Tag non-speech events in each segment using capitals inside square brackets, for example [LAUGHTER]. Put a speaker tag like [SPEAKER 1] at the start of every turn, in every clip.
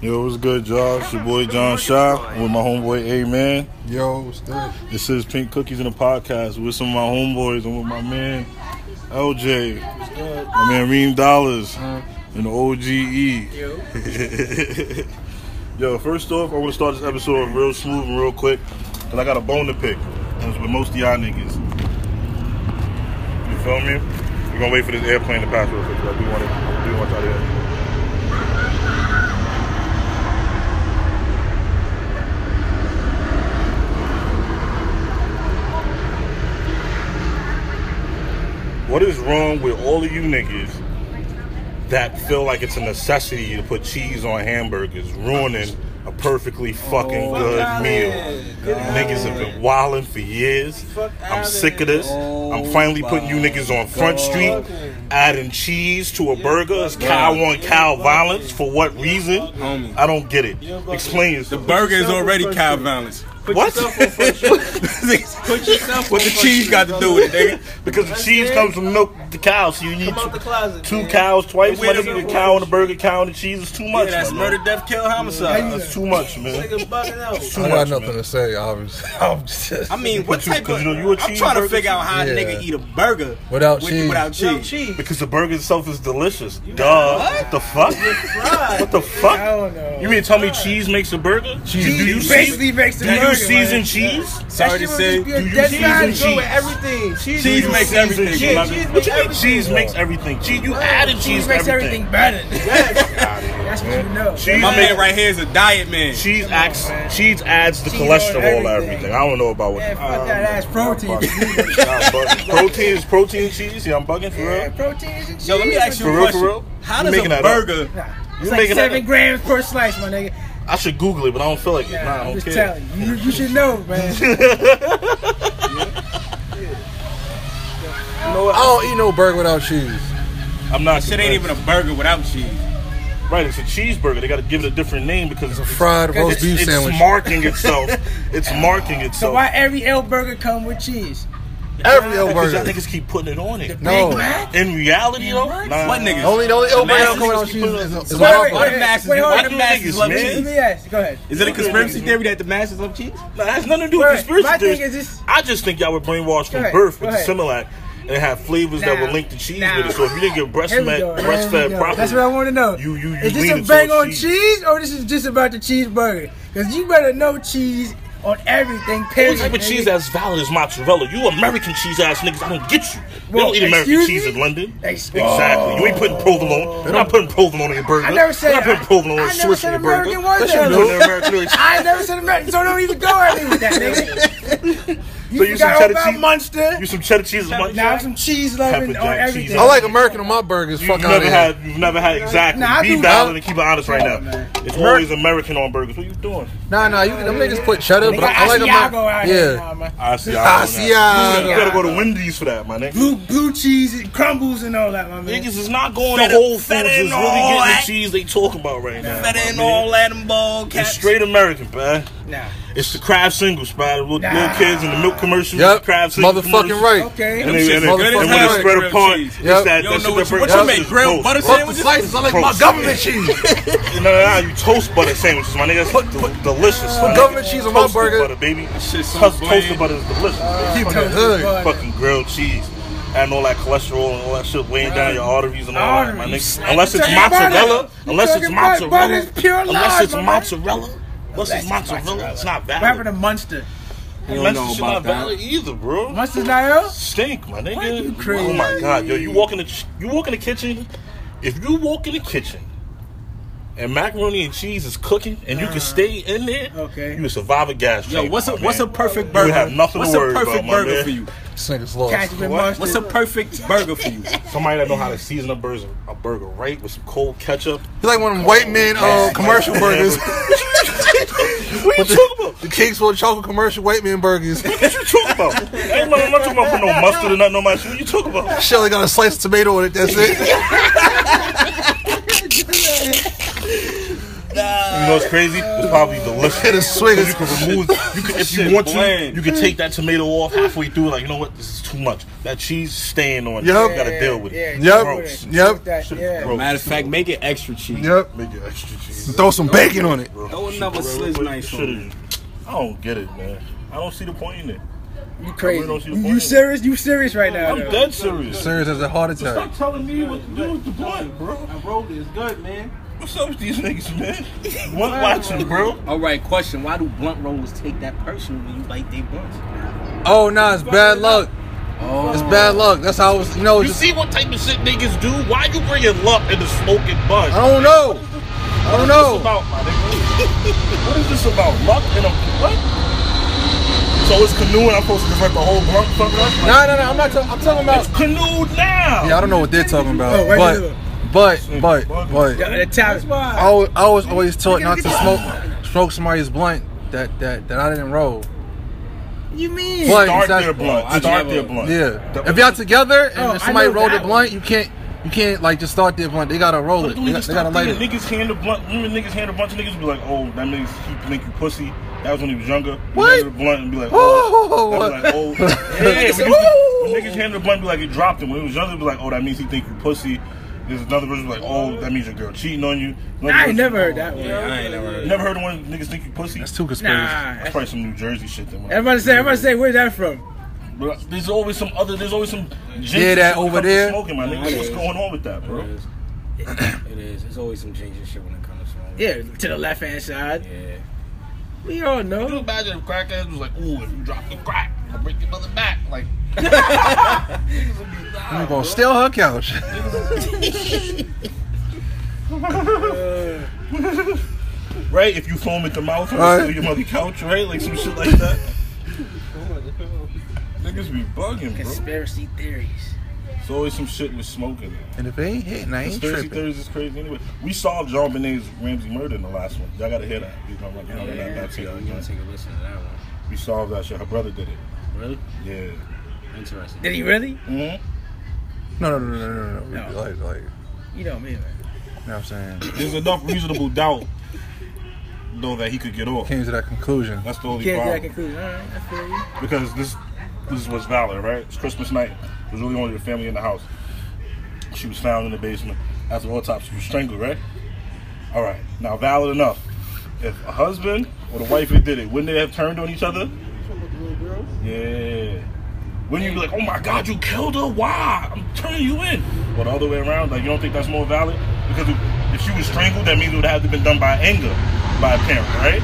[SPEAKER 1] Yo, what's good, y'all? It's your boy John Shaw with my homeboy Amen.
[SPEAKER 2] Yo, what's good?
[SPEAKER 1] This is Pink Cookies in the podcast with some of my homeboys and with my man LJ, my man Reem Dollars, and the OGE. [LAUGHS] Yo, first off, I want to start this episode real smooth and real quick, cause I got a bone to pick, and it's with most of y'all niggas. You feel me? We're gonna wait for this airplane to pass real quick. Like we want it, we want y'all to hear. it. What is wrong with all of you niggas that feel like it's a necessity to put cheese on hamburgers, ruining a perfectly fucking
[SPEAKER 3] Oh, Fuck
[SPEAKER 1] good
[SPEAKER 3] outta
[SPEAKER 1] meal?
[SPEAKER 3] here. Get
[SPEAKER 1] Niggas
[SPEAKER 3] outta
[SPEAKER 1] have
[SPEAKER 3] here.
[SPEAKER 1] been wilding for years.
[SPEAKER 3] Fuck
[SPEAKER 1] I'm
[SPEAKER 3] outta
[SPEAKER 1] sick of this. I'm
[SPEAKER 2] Oh
[SPEAKER 1] finally putting you
[SPEAKER 2] my
[SPEAKER 1] niggas on Front Street, adding cheese to a burger. It's
[SPEAKER 3] fucking-
[SPEAKER 1] cow on
[SPEAKER 3] you're
[SPEAKER 1] cow
[SPEAKER 3] fucking-
[SPEAKER 1] violence. For what reason?
[SPEAKER 2] Homie.
[SPEAKER 1] I don't get it.
[SPEAKER 3] You're fucking-
[SPEAKER 1] Explain
[SPEAKER 2] The
[SPEAKER 1] yourself.
[SPEAKER 2] burger is
[SPEAKER 3] yourself
[SPEAKER 2] already
[SPEAKER 3] on first
[SPEAKER 2] cow
[SPEAKER 3] street.
[SPEAKER 2] violence.
[SPEAKER 3] Put
[SPEAKER 1] What?
[SPEAKER 3] yourself on
[SPEAKER 1] [LAUGHS]
[SPEAKER 3] front street. Put yourself
[SPEAKER 2] what
[SPEAKER 3] on
[SPEAKER 2] the
[SPEAKER 3] first
[SPEAKER 2] cheese got to
[SPEAKER 3] street,
[SPEAKER 2] do with it,
[SPEAKER 1] Because the
[SPEAKER 3] That's
[SPEAKER 1] cheese
[SPEAKER 3] it.
[SPEAKER 1] comes from milk the cow, so you need
[SPEAKER 3] Come out the
[SPEAKER 1] two,
[SPEAKER 3] closet.
[SPEAKER 1] two
[SPEAKER 3] man.
[SPEAKER 1] cows twice.
[SPEAKER 2] Wait
[SPEAKER 1] My
[SPEAKER 2] a
[SPEAKER 1] nigga,
[SPEAKER 2] minute.
[SPEAKER 1] the cow and the burger, cow and the cheese is too
[SPEAKER 2] nigga?
[SPEAKER 1] much.
[SPEAKER 2] Yeah, that's
[SPEAKER 1] my
[SPEAKER 2] murder,
[SPEAKER 1] man.
[SPEAKER 2] death, kill, homicide.
[SPEAKER 1] That's too much,
[SPEAKER 2] [LAUGHS]
[SPEAKER 1] man.
[SPEAKER 3] Niggas bugging out.
[SPEAKER 1] Too
[SPEAKER 4] I
[SPEAKER 1] much,
[SPEAKER 4] got nothing
[SPEAKER 1] man.
[SPEAKER 4] to say, obviously. I'm just
[SPEAKER 2] I mean, what
[SPEAKER 1] you-
[SPEAKER 2] type
[SPEAKER 1] cause
[SPEAKER 2] of?
[SPEAKER 1] you know you a
[SPEAKER 2] I'm
[SPEAKER 1] cheese
[SPEAKER 2] trying to
[SPEAKER 1] burger
[SPEAKER 2] figure out how a
[SPEAKER 4] too?
[SPEAKER 2] nigga
[SPEAKER 4] Yeah.
[SPEAKER 2] eat a burger
[SPEAKER 4] Without
[SPEAKER 2] with-
[SPEAKER 4] cheese.
[SPEAKER 2] Without
[SPEAKER 3] Yo,
[SPEAKER 2] cheese.
[SPEAKER 3] cheese.
[SPEAKER 1] Because the burger itself is delicious. Duh. What the fuck? What the fuck? You mean to tell me cheese makes a burger? Cheese. Do you
[SPEAKER 5] basically
[SPEAKER 1] season,
[SPEAKER 5] makes the
[SPEAKER 1] do you
[SPEAKER 5] burger,
[SPEAKER 1] season
[SPEAKER 5] like-
[SPEAKER 1] cheese?
[SPEAKER 2] Sorry to say,
[SPEAKER 5] Be a
[SPEAKER 1] you
[SPEAKER 5] dead
[SPEAKER 1] see
[SPEAKER 5] guy.
[SPEAKER 1] the
[SPEAKER 3] Go with
[SPEAKER 1] cheese.
[SPEAKER 3] everything. Cheese,
[SPEAKER 2] Cheese
[SPEAKER 3] is-
[SPEAKER 2] makes everything.
[SPEAKER 1] Cheese,
[SPEAKER 3] Yeah,
[SPEAKER 1] cheese,
[SPEAKER 3] cheese
[SPEAKER 1] what you
[SPEAKER 3] makes
[SPEAKER 1] mean cheese
[SPEAKER 3] everything.
[SPEAKER 1] makes everything? Cheese, you added cheese,
[SPEAKER 5] Cheese
[SPEAKER 1] to
[SPEAKER 5] makes everything,
[SPEAKER 1] everything.
[SPEAKER 5] better.
[SPEAKER 1] [LAUGHS]
[SPEAKER 3] Yes.
[SPEAKER 5] That's what you know.
[SPEAKER 1] Cheese
[SPEAKER 2] My
[SPEAKER 1] makes-
[SPEAKER 2] man right here is a diet man.
[SPEAKER 1] Cheese acts. cheese adds the
[SPEAKER 5] Cheese on
[SPEAKER 1] cholesterol
[SPEAKER 5] everything.
[SPEAKER 1] to everything. I don't know about what.
[SPEAKER 5] Man, fuck that ass protein.
[SPEAKER 1] [LAUGHS]
[SPEAKER 5] [LAUGHS]
[SPEAKER 1] Nah, but protein is protein cheese. Yeah, I'm bugging for
[SPEAKER 5] Yeah,
[SPEAKER 1] real.
[SPEAKER 5] protein is in cheese.
[SPEAKER 2] Yo, let me ask you
[SPEAKER 1] For
[SPEAKER 2] a
[SPEAKER 1] real, for real?
[SPEAKER 2] question. How
[SPEAKER 1] You
[SPEAKER 2] does
[SPEAKER 1] making
[SPEAKER 2] a
[SPEAKER 1] that up.
[SPEAKER 2] burger?
[SPEAKER 5] Nah,
[SPEAKER 1] You
[SPEAKER 5] it's like
[SPEAKER 1] making that
[SPEAKER 5] seven
[SPEAKER 1] up.
[SPEAKER 5] grams per slice, my nigga.
[SPEAKER 1] I should Google it, but I don't feel like it. Nah, I
[SPEAKER 5] I'm
[SPEAKER 1] don't
[SPEAKER 5] just
[SPEAKER 1] care.
[SPEAKER 5] telling you. you. You should know,
[SPEAKER 1] [LAUGHS]
[SPEAKER 5] man.
[SPEAKER 4] I don't eat no burger without cheese.
[SPEAKER 1] I'm not.
[SPEAKER 2] Shit ain't even a burger without cheese.
[SPEAKER 1] right. It's a cheeseburger. They got to give it a different name because it's a
[SPEAKER 4] Fried roast
[SPEAKER 1] It's,
[SPEAKER 4] beef
[SPEAKER 1] it's
[SPEAKER 4] sandwich.
[SPEAKER 1] marking
[SPEAKER 4] [LAUGHS]
[SPEAKER 1] itself. It's marking
[SPEAKER 5] So
[SPEAKER 1] itself.
[SPEAKER 5] why every L burger come with cheese?
[SPEAKER 4] Every old
[SPEAKER 1] Because y'all
[SPEAKER 4] burger.
[SPEAKER 1] niggas keep putting it on it.
[SPEAKER 4] No.
[SPEAKER 5] Big Mac?
[SPEAKER 1] In reality, though,
[SPEAKER 5] What?
[SPEAKER 1] nah.
[SPEAKER 2] What niggas?
[SPEAKER 4] Only the only old burger
[SPEAKER 2] masses
[SPEAKER 4] that come without
[SPEAKER 1] just
[SPEAKER 4] cheese
[SPEAKER 1] keep putting
[SPEAKER 4] is
[SPEAKER 1] it-
[SPEAKER 4] is
[SPEAKER 5] Wait,
[SPEAKER 4] our
[SPEAKER 5] wait,
[SPEAKER 2] Why
[SPEAKER 4] burger.
[SPEAKER 2] the
[SPEAKER 5] wait,
[SPEAKER 2] masses?
[SPEAKER 5] wait,
[SPEAKER 2] Why
[SPEAKER 5] hold
[SPEAKER 2] do
[SPEAKER 5] on.
[SPEAKER 2] masses
[SPEAKER 1] Niggas
[SPEAKER 2] love
[SPEAKER 1] mad.
[SPEAKER 5] Let
[SPEAKER 2] cheese?
[SPEAKER 5] me ask. Go ahead.
[SPEAKER 2] Is it a conspiracy theory that the masses love cheese?
[SPEAKER 1] Nah, that's nothing to do with
[SPEAKER 5] Right.
[SPEAKER 1] conspiracy
[SPEAKER 5] My
[SPEAKER 1] theories.
[SPEAKER 5] thing is this-
[SPEAKER 1] I just think y'all were brainwashed from
[SPEAKER 5] Go ahead.
[SPEAKER 1] birth
[SPEAKER 5] Go
[SPEAKER 1] with the
[SPEAKER 5] ahead.
[SPEAKER 1] Similac and it had flavors that
[SPEAKER 5] Nah.
[SPEAKER 1] were linked to cheese
[SPEAKER 5] Nah.
[SPEAKER 1] with it. So if you didn't get breast
[SPEAKER 5] Here we
[SPEAKER 1] fed,
[SPEAKER 5] go. Here we
[SPEAKER 1] breastfed
[SPEAKER 5] go.
[SPEAKER 1] properly,
[SPEAKER 5] That's what I want to know.
[SPEAKER 1] You you you
[SPEAKER 5] is this a
[SPEAKER 1] leaning
[SPEAKER 5] bang
[SPEAKER 1] towards
[SPEAKER 5] on cheese. or this is just about the cheeseburger? Because you better know cheese on everything.
[SPEAKER 1] What
[SPEAKER 5] Period.
[SPEAKER 1] type of
[SPEAKER 5] nigga.
[SPEAKER 1] cheese as valid as mozzarella? You American cheese ass niggas, I don't get you. We
[SPEAKER 5] Well,
[SPEAKER 1] don't eat American
[SPEAKER 5] excuse
[SPEAKER 1] cheese
[SPEAKER 5] me?
[SPEAKER 1] in London.
[SPEAKER 5] Ex-
[SPEAKER 1] Exactly. You ain't putting provolone. You're not putting provolone in your burger.
[SPEAKER 5] I never said-
[SPEAKER 1] You're not putting provolone
[SPEAKER 5] I-
[SPEAKER 1] in
[SPEAKER 5] I never
[SPEAKER 1] Swiss in
[SPEAKER 5] said
[SPEAKER 1] your burger.
[SPEAKER 5] American was
[SPEAKER 1] That shit
[SPEAKER 5] there.
[SPEAKER 1] was in
[SPEAKER 5] [LAUGHS]
[SPEAKER 1] American.
[SPEAKER 5] I ain't never said American, so don't even go at me with that, nigga.
[SPEAKER 1] [LAUGHS]
[SPEAKER 5] You
[SPEAKER 1] So you some
[SPEAKER 5] forgot all
[SPEAKER 1] cheddar
[SPEAKER 5] about
[SPEAKER 1] cheese?
[SPEAKER 5] Munster.
[SPEAKER 1] You some cheddar cheese? Now
[SPEAKER 5] Now I'm some cheese loving
[SPEAKER 1] Pepper
[SPEAKER 5] on
[SPEAKER 1] jack cheese.
[SPEAKER 5] everything.
[SPEAKER 4] I like American on my burgers.
[SPEAKER 1] You've
[SPEAKER 4] Fuck out of
[SPEAKER 1] never
[SPEAKER 4] here.
[SPEAKER 1] had, you've never had exactly.
[SPEAKER 5] Nah, I
[SPEAKER 1] Be
[SPEAKER 5] do-
[SPEAKER 1] valid
[SPEAKER 4] I-
[SPEAKER 1] and keep it honest right now. It's always American on burgers. What you doing?
[SPEAKER 4] nah, nah, you can, them niggas put cheddar,
[SPEAKER 5] They
[SPEAKER 4] but
[SPEAKER 5] got
[SPEAKER 4] I, I like them.
[SPEAKER 5] Asiago out here now,
[SPEAKER 4] Yeah,
[SPEAKER 5] man.
[SPEAKER 1] I see.
[SPEAKER 4] I see.
[SPEAKER 1] You
[SPEAKER 4] I
[SPEAKER 1] gotta go to Wendy's for that, my nigga.
[SPEAKER 5] Blue blue cheese and crumbles and all that, my man.
[SPEAKER 1] Niggas is not going to Whole Foods. It's really getting the cheese they talking about right now.
[SPEAKER 2] That
[SPEAKER 1] my
[SPEAKER 2] ain't
[SPEAKER 1] man.
[SPEAKER 2] all that and ball
[SPEAKER 1] It's
[SPEAKER 2] cats.
[SPEAKER 1] straight American, man.
[SPEAKER 5] Nah.
[SPEAKER 1] It's the crab singles, man. The little,
[SPEAKER 5] Nah.
[SPEAKER 1] little kids in the milk commercials.
[SPEAKER 4] Yep,
[SPEAKER 1] the crab singles
[SPEAKER 4] motherfucking right.
[SPEAKER 1] And,
[SPEAKER 5] Okay.
[SPEAKER 1] they,
[SPEAKER 2] Them
[SPEAKER 1] and,
[SPEAKER 2] shit's
[SPEAKER 1] they- and
[SPEAKER 4] good as
[SPEAKER 1] when it's
[SPEAKER 4] hell.
[SPEAKER 1] spread
[SPEAKER 2] Grilled
[SPEAKER 1] apart,
[SPEAKER 2] cheese.
[SPEAKER 1] it's
[SPEAKER 4] Yep.
[SPEAKER 1] that,
[SPEAKER 2] You
[SPEAKER 1] that's
[SPEAKER 2] don't know
[SPEAKER 1] what
[SPEAKER 2] what you,
[SPEAKER 1] that
[SPEAKER 2] what you
[SPEAKER 4] breakfast
[SPEAKER 2] make
[SPEAKER 1] is
[SPEAKER 2] grilled
[SPEAKER 1] roast.
[SPEAKER 2] butter
[SPEAKER 1] Roast
[SPEAKER 4] Fuck the
[SPEAKER 2] sandwiches?
[SPEAKER 4] slices. I like my
[SPEAKER 1] Gross.
[SPEAKER 4] government cheese.
[SPEAKER 1] No, no, no, you toast butter sandwiches, my nigga. That's del- delicious. Put
[SPEAKER 4] government cheese on my burger.
[SPEAKER 1] butter, baby.
[SPEAKER 2] shit's so
[SPEAKER 1] Toast-
[SPEAKER 2] bland.
[SPEAKER 1] toasted butter is delicious. baby.
[SPEAKER 4] Keep it
[SPEAKER 5] Toasted
[SPEAKER 4] hood.
[SPEAKER 5] butter.
[SPEAKER 1] Fucking grilled cheese. And all that cholesterol and all that shit weighing down your arteries and all that, my
[SPEAKER 5] Arteries.
[SPEAKER 1] nigga. Unless it's
[SPEAKER 5] You talking about
[SPEAKER 1] mozzarella.
[SPEAKER 5] it? You
[SPEAKER 1] Unless it's
[SPEAKER 5] talking about it? Butter
[SPEAKER 1] mozzarella.
[SPEAKER 5] is pure
[SPEAKER 1] Unless
[SPEAKER 5] lies,
[SPEAKER 1] it's
[SPEAKER 5] my man.
[SPEAKER 1] mozzarella. Unless it's
[SPEAKER 5] it's
[SPEAKER 1] mozzarella. It's not
[SPEAKER 5] What happened
[SPEAKER 1] valid.
[SPEAKER 5] to Munster?
[SPEAKER 2] You don't
[SPEAKER 1] Unless
[SPEAKER 2] know
[SPEAKER 1] it's not
[SPEAKER 2] about that.
[SPEAKER 1] valid either, bro
[SPEAKER 5] Munster's not ill?
[SPEAKER 1] stink, my nigga.
[SPEAKER 5] you crazy?
[SPEAKER 1] Oh my god, yo, you walk in the ch- you walk in the kitchen. If you walk in the kitchen and macaroni and cheese is cooking and you can stay in there,
[SPEAKER 5] Okay.
[SPEAKER 1] you a survivor gas
[SPEAKER 2] Yo,
[SPEAKER 1] chamber,
[SPEAKER 2] what's a
[SPEAKER 1] my
[SPEAKER 2] what's a
[SPEAKER 1] man.
[SPEAKER 2] perfect burger?
[SPEAKER 1] have nothing to
[SPEAKER 2] what's
[SPEAKER 1] worry
[SPEAKER 2] a
[SPEAKER 1] about,
[SPEAKER 2] perfect
[SPEAKER 1] my
[SPEAKER 2] burger
[SPEAKER 1] man.
[SPEAKER 2] for you?
[SPEAKER 4] This nigga's lost.
[SPEAKER 5] Catch
[SPEAKER 1] What?
[SPEAKER 5] with mustard.
[SPEAKER 2] What's a perfect burger [LAUGHS] for you?
[SPEAKER 1] somebody that know how to season a burger a burger right with some cold ketchup?
[SPEAKER 4] He like one of them white men uh, commercial burgers. [LAUGHS]
[SPEAKER 1] What you talking about?
[SPEAKER 4] The Kings for chocolate commercial white man burgers.
[SPEAKER 1] [LAUGHS] What you talking about? Ain't no, I'm not talking about putting no mustard or nothing on my shit. What you talking about?
[SPEAKER 4] Shelly got a slice of tomato on it. That's it.
[SPEAKER 1] You know know what's crazy? It's probably delicious.
[SPEAKER 4] It is sweet.
[SPEAKER 1] 'Cause You can remove. You can, if you
[SPEAKER 2] Shit
[SPEAKER 1] want to,
[SPEAKER 2] bland.
[SPEAKER 1] you can take that tomato off halfway through. Like you know what? This is too much. That cheese staying on. it.
[SPEAKER 4] Yup.
[SPEAKER 1] You gotta deal with it.
[SPEAKER 4] Yup.
[SPEAKER 1] Gross.
[SPEAKER 4] [LAUGHS] Yep.
[SPEAKER 5] That,
[SPEAKER 1] Shit,
[SPEAKER 5] yeah.
[SPEAKER 1] gross.
[SPEAKER 2] Matter of fact, make it extra cheese.
[SPEAKER 4] Yep.
[SPEAKER 1] Make it extra cheese.
[SPEAKER 4] Throw some bacon on it.
[SPEAKER 2] Throw another
[SPEAKER 1] Bro,
[SPEAKER 2] slice
[SPEAKER 1] what-
[SPEAKER 2] knife
[SPEAKER 1] what
[SPEAKER 2] on
[SPEAKER 1] shit is- I don't get it, man. I don't see the point in it.
[SPEAKER 5] You
[SPEAKER 1] I
[SPEAKER 5] crazy?
[SPEAKER 1] really don't see the
[SPEAKER 5] You,
[SPEAKER 1] point
[SPEAKER 5] you
[SPEAKER 1] in it.
[SPEAKER 5] serious? You serious right now?
[SPEAKER 1] I'm
[SPEAKER 5] though.
[SPEAKER 1] dead serious.
[SPEAKER 4] Serious as a heart attack.
[SPEAKER 1] Stop telling me what to do with the blunt, bro.
[SPEAKER 3] I rolled it. It's good, man.
[SPEAKER 1] What's up with these niggas, man? Blunt watching, bro.
[SPEAKER 2] All right, question. Why do blunt rollers take that personally when you bite their blunts?
[SPEAKER 4] Oh no, it's bad luck. It's bad luck. That's how it's you know.
[SPEAKER 1] You
[SPEAKER 4] Just,
[SPEAKER 1] see what type of shit niggas do? Why you bringing luck into smoking bun?
[SPEAKER 4] I don't know. I
[SPEAKER 1] What is this
[SPEAKER 4] don't know.
[SPEAKER 1] about, my nigga? [LAUGHS] what is this about? Luck and a what? So it's canoeing. I'm supposed to just let the whole blunt fuck up?
[SPEAKER 4] No, no, no. I'm not. Talk- I'm talking
[SPEAKER 1] It's
[SPEAKER 4] about.
[SPEAKER 1] canoed now.
[SPEAKER 4] Yeah, I don't know what they're talking about.
[SPEAKER 5] Oh, right
[SPEAKER 4] But,
[SPEAKER 5] here.
[SPEAKER 4] but, but, but.
[SPEAKER 5] Yeah, the Italian.
[SPEAKER 4] I was, I was always taught not to smoke smoke somebody's blunt that that that I didn't roll.
[SPEAKER 5] You mean?
[SPEAKER 4] But
[SPEAKER 1] Start their
[SPEAKER 4] exactly-
[SPEAKER 1] blunt.
[SPEAKER 2] Oh, I
[SPEAKER 1] Start their
[SPEAKER 2] never-
[SPEAKER 1] blunt.
[SPEAKER 4] Yeah.
[SPEAKER 1] That-
[SPEAKER 4] If y'all together and
[SPEAKER 5] Oh,
[SPEAKER 4] if
[SPEAKER 5] I
[SPEAKER 4] somebody
[SPEAKER 5] know
[SPEAKER 4] rolled a
[SPEAKER 5] that one.
[SPEAKER 4] blunt, you can't you can't like just start their blunt. They gotta roll it.
[SPEAKER 1] Don't
[SPEAKER 4] They,
[SPEAKER 1] even
[SPEAKER 4] got- they
[SPEAKER 1] stop
[SPEAKER 4] gotta light
[SPEAKER 1] thinking
[SPEAKER 4] it.
[SPEAKER 1] niggas hand a blunt. Remember niggas hand a bunch of niggas be like, oh, that niggas he think you pussy. That was when he was younger. He
[SPEAKER 4] What?
[SPEAKER 1] handed a blunt and be like, oh.
[SPEAKER 4] Oh,
[SPEAKER 1] That was like,
[SPEAKER 4] [LAUGHS]
[SPEAKER 1] oh. yeah, yeah, when, you, when niggas handed a blunt, be like, it dropped him. When he was younger, be like, oh, that means he think you pussy. There's another version like, oh, that means your girl cheating on you. Another
[SPEAKER 5] I ain't
[SPEAKER 1] version-
[SPEAKER 5] never heard that one.
[SPEAKER 2] I ain't never heard
[SPEAKER 1] You
[SPEAKER 2] that.
[SPEAKER 1] Never heard the one niggas think you pussy.
[SPEAKER 4] That's too conspiracy.
[SPEAKER 5] Nah.
[SPEAKER 1] That's probably some New Jersey shit. Then when I-
[SPEAKER 5] Everybody say, everybody say, where's that from?
[SPEAKER 1] Bro, there's always some other. There's always some.
[SPEAKER 4] Yeah, that over there.
[SPEAKER 1] Smoking, my nigga.
[SPEAKER 2] Yeah.
[SPEAKER 1] What's going on with that, bro?
[SPEAKER 2] It is. It's always some ginger shit when it comes to smoking.
[SPEAKER 5] Yeah, to the left hand side.
[SPEAKER 2] Yeah.
[SPEAKER 5] We all
[SPEAKER 1] Can you
[SPEAKER 5] know.
[SPEAKER 1] imagine if crackheads was like, ooh, if you drop the crack, I'll break your mother back. Like,
[SPEAKER 4] I'm gonna steal her couch. [LAUGHS]
[SPEAKER 1] right? If you foam at the mouth or
[SPEAKER 4] Right.
[SPEAKER 1] right. your mother couch, right? Like some shit like [LAUGHS] that. Niggas be bugging, bro.
[SPEAKER 5] Conspiracy theories.
[SPEAKER 1] It's always some shit with smoking.
[SPEAKER 4] and if it ain't hitting, I ain't
[SPEAKER 1] Conspiracy
[SPEAKER 4] tripping.
[SPEAKER 1] theories is crazy anyway. We solved John Benet's Ramsey murder in the last one. Y'all gotta hear that. You know, I'm like, you know, that- that's it,
[SPEAKER 2] Take,
[SPEAKER 1] you know.
[SPEAKER 2] take a listen to that one.
[SPEAKER 1] We solved that shit. Her brother did it.
[SPEAKER 2] Really?
[SPEAKER 1] Yeah.
[SPEAKER 2] Interesting.
[SPEAKER 5] Did he really?
[SPEAKER 1] Mm-hmm.
[SPEAKER 4] No, no, no, no, no, no, no.
[SPEAKER 5] No.
[SPEAKER 4] Like, like, you know
[SPEAKER 5] You know me, man.
[SPEAKER 4] what I'm saying?
[SPEAKER 1] There's enough reasonable doubt, though, that he could get off.
[SPEAKER 4] Came to that conclusion.
[SPEAKER 1] That's the only
[SPEAKER 5] Can't
[SPEAKER 1] problem.
[SPEAKER 5] draw a conclusion. All right, I feel you.
[SPEAKER 1] because this this is what's valid, right? It's Christmas night. There's really only the family in the house. She was found in the basement. After autopsy, she was strangled, right? All right. Now, valid enough. If a husband or the wife that did it, wouldn't they have turned on each other? Yeah. Wouldn't you be like, oh my God, you killed her? Why? I'm turning you in. Or the other way around, like, you don't think that's more valid? Because if she was strangled, that means it would have to been done by anger by a parent, right?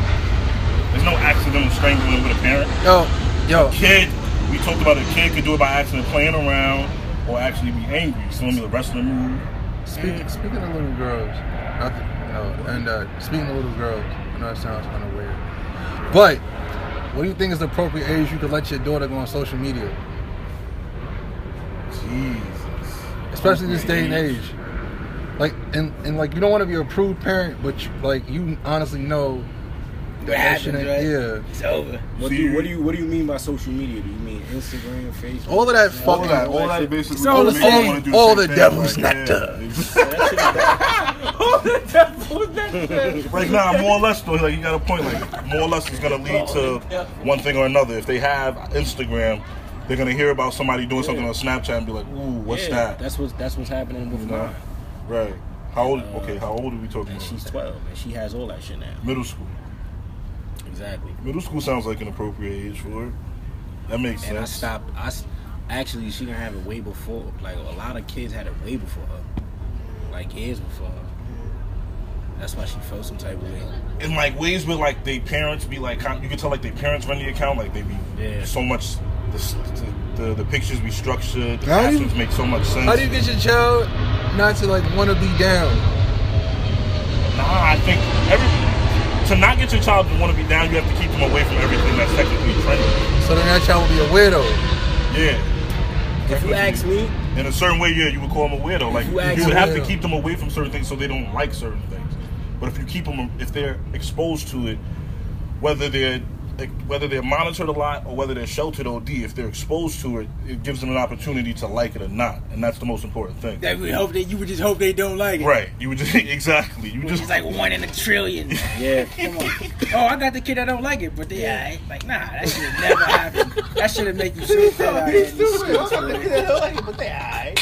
[SPEAKER 1] There's no accidental strangling with a parent
[SPEAKER 4] Yo, yo,
[SPEAKER 1] kid, we talked about a kid could do it by accident playing around or actually be angry. So let me rest of the mood.
[SPEAKER 4] Speaking, speaking of little girls, not the, no, and uh, speaking of little girls, I know that sounds kind of weird, but what do you think is the appropriate age you could let your daughter go on social media,
[SPEAKER 1] Jesus.
[SPEAKER 4] especially this day and age? Like, and, and like you don't want to be a prude parent, but you, like you honestly know
[SPEAKER 5] What happens,
[SPEAKER 4] ain't-
[SPEAKER 5] right?
[SPEAKER 4] yeah,
[SPEAKER 5] It's over.
[SPEAKER 2] What do you what do you what do you mean by social media? Do you mean Instagram,
[SPEAKER 1] [LAUGHS]
[SPEAKER 2] Facebook?
[SPEAKER 4] all of that fucking.
[SPEAKER 1] all that basically.
[SPEAKER 5] It's all the
[SPEAKER 1] make you
[SPEAKER 5] same.
[SPEAKER 1] wanna do
[SPEAKER 4] All
[SPEAKER 1] same
[SPEAKER 4] the
[SPEAKER 1] thing,
[SPEAKER 4] devil's
[SPEAKER 1] like,
[SPEAKER 4] nectar.
[SPEAKER 1] yeah. [LAUGHS] Like nah, more or less though. Like you got a point. Like more or less is gonna lead to one thing or another. If they have Instagram, they're gonna hear about somebody doing something on Snapchat and be like, "Ooh, what's
[SPEAKER 2] yeah,
[SPEAKER 1] that?"
[SPEAKER 2] That's what's that's what's happening with mine.
[SPEAKER 1] Right. How old? Okay, how old are we talking?
[SPEAKER 2] And she's
[SPEAKER 1] About?
[SPEAKER 2] twelve and she has all that shit now.
[SPEAKER 1] Middle school.
[SPEAKER 2] Exactly.
[SPEAKER 1] Middle school sounds like an appropriate age for it. That makes
[SPEAKER 2] And I
[SPEAKER 1] sense.
[SPEAKER 2] stopped. I s- actually she didn't have it way before. Like a lot of kids had it way before her, like years before her. That's why she felt some type of way.
[SPEAKER 1] in like ways where like they parents be like kind- you can tell like their parents run the account like they be
[SPEAKER 2] Yeah.
[SPEAKER 1] so much the, s- the, the the pictures be structured the
[SPEAKER 4] How do you-
[SPEAKER 1] captions make so much sense
[SPEAKER 4] How do you get your child not to like want to be down?
[SPEAKER 1] nah I think every to not get your child to want to be down you have to keep them away from everything that's technically trendy
[SPEAKER 4] So then that child will be a weirdo.
[SPEAKER 1] yeah
[SPEAKER 2] If you ask me,
[SPEAKER 1] in a certain way yeah you would call them a weirdo like
[SPEAKER 2] you
[SPEAKER 1] you,
[SPEAKER 2] ask
[SPEAKER 1] would
[SPEAKER 4] me-
[SPEAKER 1] have to keep them away from certain things so they don't like certain things but if you keep them if they're exposed to it whether they're like, whether they're monitored a lot or whether they're sheltered OD, if they're exposed to it, it gives them an opportunity to like it or not, and that's the most important thing.
[SPEAKER 5] That we hope that you would just hope they don't like it.
[SPEAKER 1] right? You would just [LAUGHS] exactly. You just
[SPEAKER 5] It's like one in a trillion.
[SPEAKER 2] Yeah.
[SPEAKER 5] [LAUGHS] Come on. Oh, I got the kid that don't like it, but they yeah. Like, nah, that should have never happened. That should have made you sleep that
[SPEAKER 2] [LAUGHS]
[SPEAKER 5] I ain't- I ain't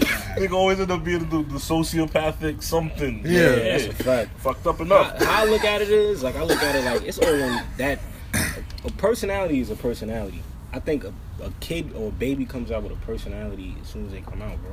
[SPEAKER 5] gonna-
[SPEAKER 1] Nigga always end up being the, the sociopathic something.
[SPEAKER 4] Yeah.
[SPEAKER 2] That's a fact.
[SPEAKER 1] Fucked up
[SPEAKER 2] How,
[SPEAKER 1] enough.
[SPEAKER 2] how I look at it is like I look at it like it's all on that. A personality is a personality. I think a, a kid or a baby comes out with a personality as soon as they come out, bro.